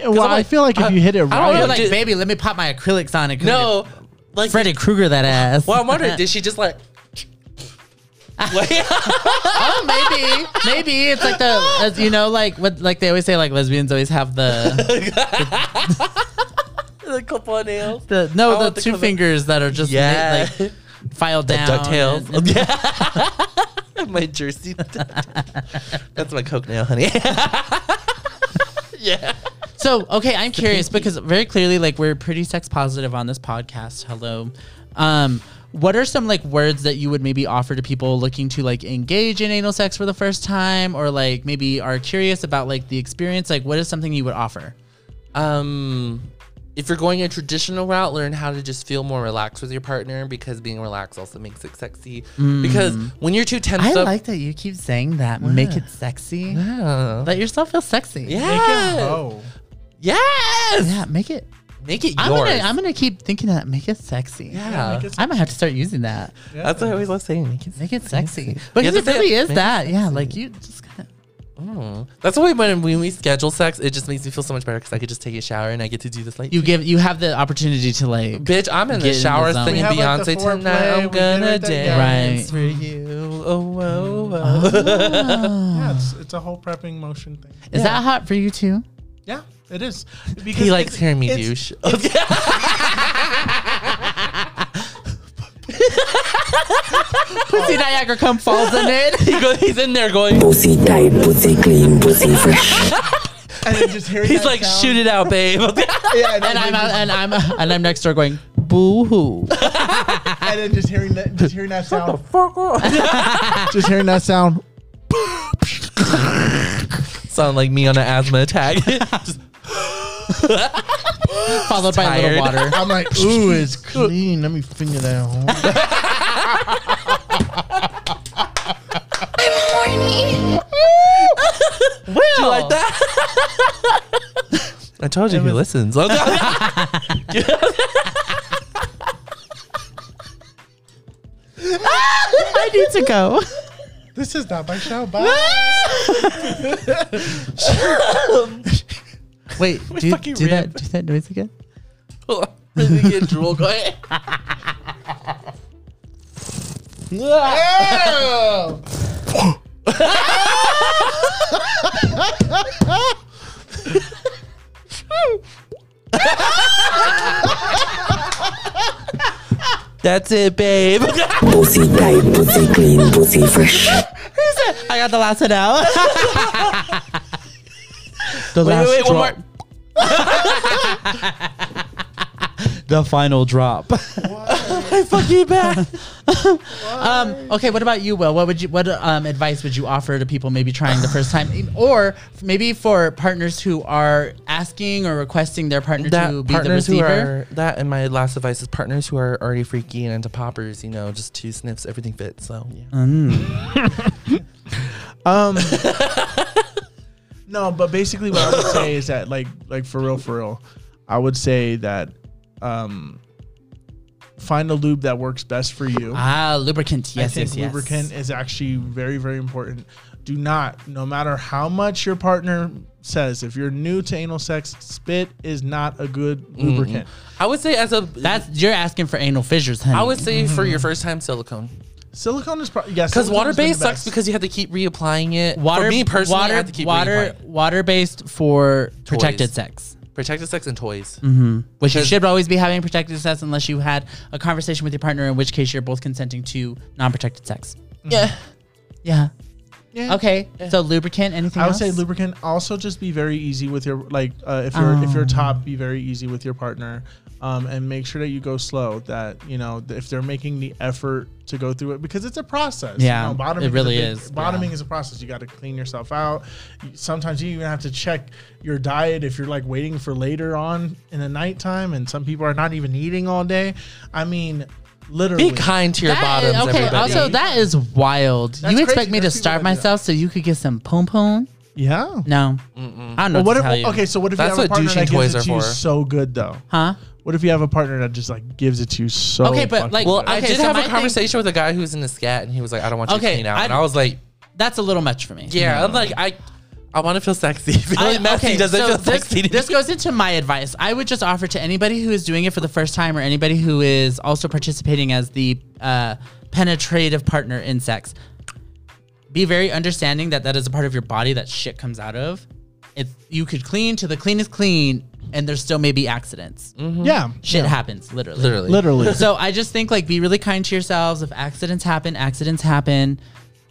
A: Ma- Well,
B: I'm
A: I
B: like-
A: feel like if
B: I-
A: you hit it
B: I don't
A: right,
B: know,
C: You're Oh, like,
B: did-
C: baby, let me pop my acrylics on and
B: no, like
C: Freddy Krueger that ass.
B: Well, I'm wondering, did she just like? like
C: Oh, maybe, maybe it's like the as you know, like what, like they always say, like lesbians always have the
B: a couple of nails.
C: the
B: I
C: no,
B: want the
C: the two
B: cover-
C: fingers that are just yeah.
B: Yeah.
C: like filed down. and- and-
B: Ducktails. my jersey. That's my coke nail, honey. yeah.
C: So okay, I'm curious because very clearly, like we're pretty sex positive on this podcast. Hello, um, what are some like words that you would maybe offer to people looking to like engage in anal sex for the first time, or like maybe are curious about like the experience? Like, what is something you would offer?
B: Um, if you're going a traditional route, learn how to just feel more relaxed with your partner because being relaxed also makes it sexy. Because when you're too tensed
C: I
B: up,
C: like that you keep saying that. Make it sexy.
B: yeah,
C: Let yourself feel sexy.
B: yes,
A: Oh.
B: yes,
C: Yeah, make it.
B: make it yours.
C: I'm gonna, I'm gonna keep thinking that. Make it sexy.
B: yeah,
A: Make it-
C: I might have to start using that.
B: that's what I always love saying. Make it
C: Make it sexy. But
B: Yeah,
C: it
B: that's it.
C: really is
B: Make it
C: that. Yeah, like you just kind of.
B: Mm. That's why when, when we schedule sex, it just makes me feel so much better because I could just take a shower and I get to do this like
C: You give you have the opportunity to like
B: Bitch, I'm in
C: Get
B: the
C: in the
B: shower
C: zone. We
B: singing
A: have, like,
B: Beyonce
A: the foreplay,
B: tonight.
A: we
B: I'm
A: did
B: gonna
A: it that
C: day.
B: dance for you. Oh, whoa, whoa.
A: Yeah, it's, it's a whole prepping motion thing.
C: Is that hot for you too?
A: Yeah, it is. Because
B: he likes
A: it's-
B: hearing me
A: it's-
B: douche.
C: Pussy Niagara come falls in it.
B: he go, he's in there going,
D: Pussy tight, pussy clean, pussy fresh.
A: And then just hearing
B: he's
A: that
B: like,
A: sound.
B: shoot it out, babe.
A: Yeah, and, then
C: And I'm
A: just-
C: out, and I'm and I'm next door going boo hoo.
A: and then just hearing that, just hearing that sound. just hearing that sound.
B: Sound like me on an asthma attack. Just-
C: followed by a
B: Tired.
C: little water.
A: I'm like, ooh, it's clean. Let me finger that home.
B: Do you like that? I told you he listens.
C: I need to go.
A: This is not my show. Bye.
C: Wait, do,
B: fucking
C: do that
B: rip.
C: do that noise again?
B: really get drool going.
A: Oh.
B: That's it, babe.
D: Pussy tight, pussy clean, pussy fresh.
C: I got the last one out.
B: wait,
C: the last
B: wait, one
C: drop.
B: more.
C: The final drop.
B: I fucking back.
C: um, okay, what about you, Will? What would you what um, advice would you offer to people maybe trying the first time, or maybe for partners who are asking or requesting their partner to
B: that
C: be the
B: partners who
C: receiver?
B: are that and my last advice is partners who are already freaky and into poppers, you know, just two sniffs, everything fits. So yeah.
A: No, but basically what I would say is that like like for real for real, I would say that um find a lube that works best for you.
C: ah lubricant.
A: I
C: Yes,
A: think
C: yes, yes.
A: lubricant is actually very very important. Do not, no matter how much your partner says, if you're new to anal sex, spit is not a good
C: Mm-hmm.
A: lubricant.
B: I would say as a
C: That's you're asking for anal fissures, honey.
B: I would say for
A: Mm-hmm.
B: your first time silicone.
A: Silicone is probably yes,
B: Because
A: silicone
B: water
A: has been
B: based
A: the
B: sucks
A: best.
B: because you have to keep reapplying it.
C: water.
B: for me personally,
C: water,
B: I have to keep
C: water,
B: reapplying.
C: water based for protected sex.
B: Protected sex and toys.
C: Mm-hmm. Which you
B: Because-
C: should always be having protected sex unless you had a conversation with your partner, in which case you're both consenting to non-protected sex.
B: Yeah.
C: Yeah.
A: Yeah.
C: Okay. So lubricant. Anything
A: I would
C: else?
A: say lubricant. Also, just be very easy with your like uh, if you're
B: Um.
A: if you're top, be very easy with your partner, um, and make sure that you go slow. That you know th- if they're making the effort to go through it because it's a process. you
C: Yeah,
A: know,
C: it
A: a
C: really
A: big-
C: is,
A: Bottoming
C: yeah.
A: is a process. You got to clean yourself out. You- Sometimes you even have to check your diet if you're like waiting for later on in the nighttime, and some people are not even eating all day. I mean, literally.
B: Be kind to your
C: That is-
B: bottoms,
C: okay,
B: everybody.
C: also that is wild.
A: That's
C: you
A: crazy.
C: expect me to
A: There's people
C: starve
A: that do that.
C: myself so you could get some pom pom?
A: yeah.
C: No, I don't know.
A: But
C: what
A: what
C: to tell
A: if
C: you.
A: okay? So what if
B: That's
A: you have a
B: what
A: partner
B: douching
A: that
B: toys
A: gives it
B: are
A: to you
B: for.
A: so good though?
C: Huh?
A: What if you have a partner that just like gives it to you so?
C: Okay, but,
A: fucking
C: like,
A: good?
B: well, I
C: Okay,
B: did
C: so
B: have
C: my
B: a
C: thing-
B: conversation with a guy who was in a scat and he was like, I don't want you
C: Okay,
B: to clean out.
C: I-
B: and I was like,
C: That's a little much for me.
B: Yeah, I'm like, I I want to feel sexy. Feeling
C: I-
B: messy
C: okay,
B: doesn't
C: so
B: feel
C: this,
B: sexy. to
C: this
B: me.
C: goes into my advice. I would just offer to anybody who is doing it for the first time or anybody who is also participating as the uh, penetrative partner in sex. Be very understanding that that is a part of your body that shit comes out of. It you could clean to the cleanest clean, and there still may be accidents.
A: Mm-hmm. yeah,
C: Shit happens, literally.
B: literally.
A: literally.
C: so I just think like be really kind to yourselves. If accidents happen, accidents happen.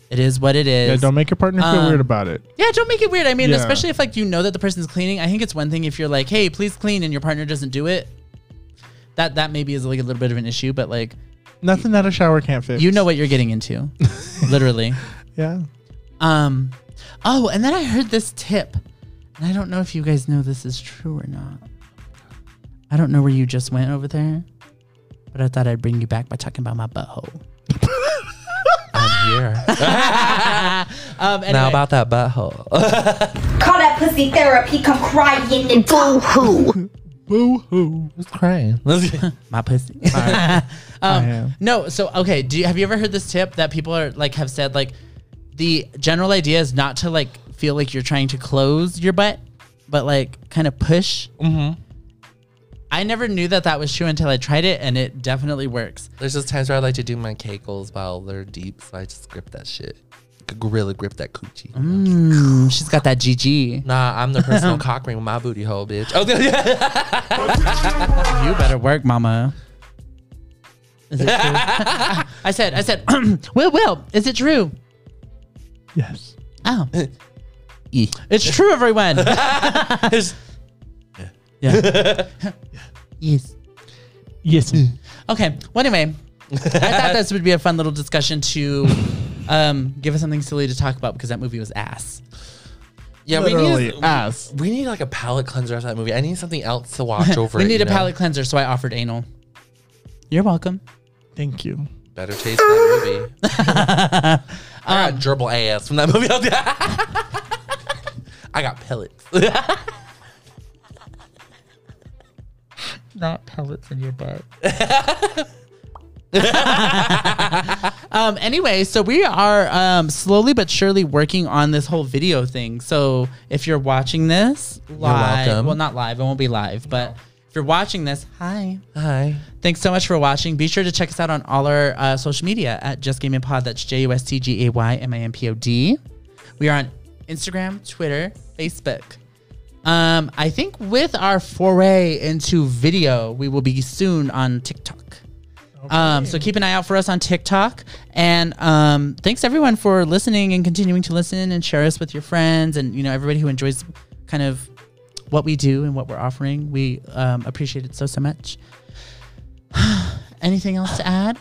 C: It is what it is.
A: yeah, don't make your partner feel
C: Um,
A: weird about it.
C: Yeah, don't make it weird. I mean,
A: Yeah.
C: especially if like you know that the person's cleaning. I think it's one thing if you're like, "Hey, please clean," and your partner doesn't do it. That that maybe is like a little bit of an issue, but like
A: Nothing that a shower can't fix.
C: you know what you're getting into, literally.
A: yeah.
C: Um, oh, and then I heard this tip And I don't know if you guys know this is true or not. I don't know where you just went over there, but I thought I'd bring you back by talking about my butthole.
B: I'm here.
C: Um, anyway,
B: Now about that butthole.
E: Call that pussy therapy, come crying and boo hoo.
B: Who's crying?
C: my pussy. Um,
A: I am.
C: No, so okay. Do you, have you ever heard this tip that people are like have said like the general idea is not to like feel like you're trying to close your butt, but like kind of push. Mm-hmm. I never knew that that was true until I tried it, and it definitely works.
B: There's just times where I like to do my kegels while they're deep, so I just grip that shit. Gorilla grip that coochie. you know?
C: Mm, she's got that GG.
B: Nah, I'm the personal cock ring with my booty hole, bitch. Oh, yeah.
C: You better work, mama. Is it true? I said, I said, Will, Will, is it true?
A: Yes.
C: Oh. It's true, everyone. yeah. yes.
A: Yes.
C: Mm. Okay. Well, anyway, I thought this would be a fun little discussion to um, give us something silly to talk about because that movie was ass.
B: yeah we
A: Literally
B: need
A: ass.
B: we need like a palate cleanser after that movie. I need something else to watch over.
C: we
B: it,
C: need
B: you
C: a
B: know?
C: palate cleanser, so I offered anal. You're welcome.
A: Thank you.
B: Better taste that movie. I
C: Um,
B: got gerbil ass from that movie. I got pellets.
A: Not pellets in your butt.
C: Um, anyway, so we are um, slowly but surely working on this whole video thing. So if you're watching this live,
B: welcome.
C: well, not live, it won't be live, but if you're watching this, hi.
B: Hi.
C: Thanks so much for watching. Be sure to check us out on all our uh, social media at Just Gaming Pod. That's J U S T G A Y M I M P O D. We are on Instagram, Twitter, Facebook. Um, I think with our foray into video, we will be soon on TikTok. Um, so keep an eye out for us on TikTok. And um, thanks everyone for listening and continuing to listen and share us with your friends and you know everybody who enjoys kind of what we do and what we're offering. We um, appreciate it so so much. Anything else to add?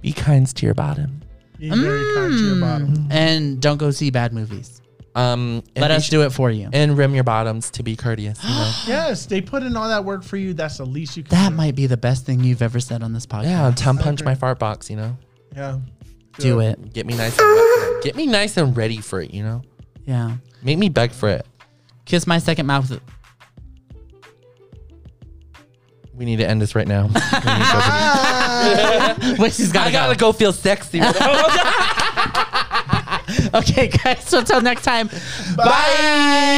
B: Be kind to your bottom.
A: Be very kind to
C: Mm.
A: your bottom.
C: And don't go see bad movies.
B: Um, and
C: Let
B: be
C: us
B: sh-
C: do it for you.
B: And rim your bottoms to be courteous. You know?
A: Yes, they put in all that work for you. That's the least you can
C: That
A: do.
C: might be the best thing you've ever said on this podcast.
B: yeah, tongue punch my fart box. You know,
A: Yeah.
C: do it.
B: get me nice. And wet for it. Get me nice and ready for it. You know,
C: Yeah.
B: make me beg for it.
C: Kiss my second mouth.
B: We need to end this right now. We need to open
C: Wait, she's
B: it. I
C: gotta
B: gotta go feel sexy.
C: Okay, guys. So until next time.
B: Bye.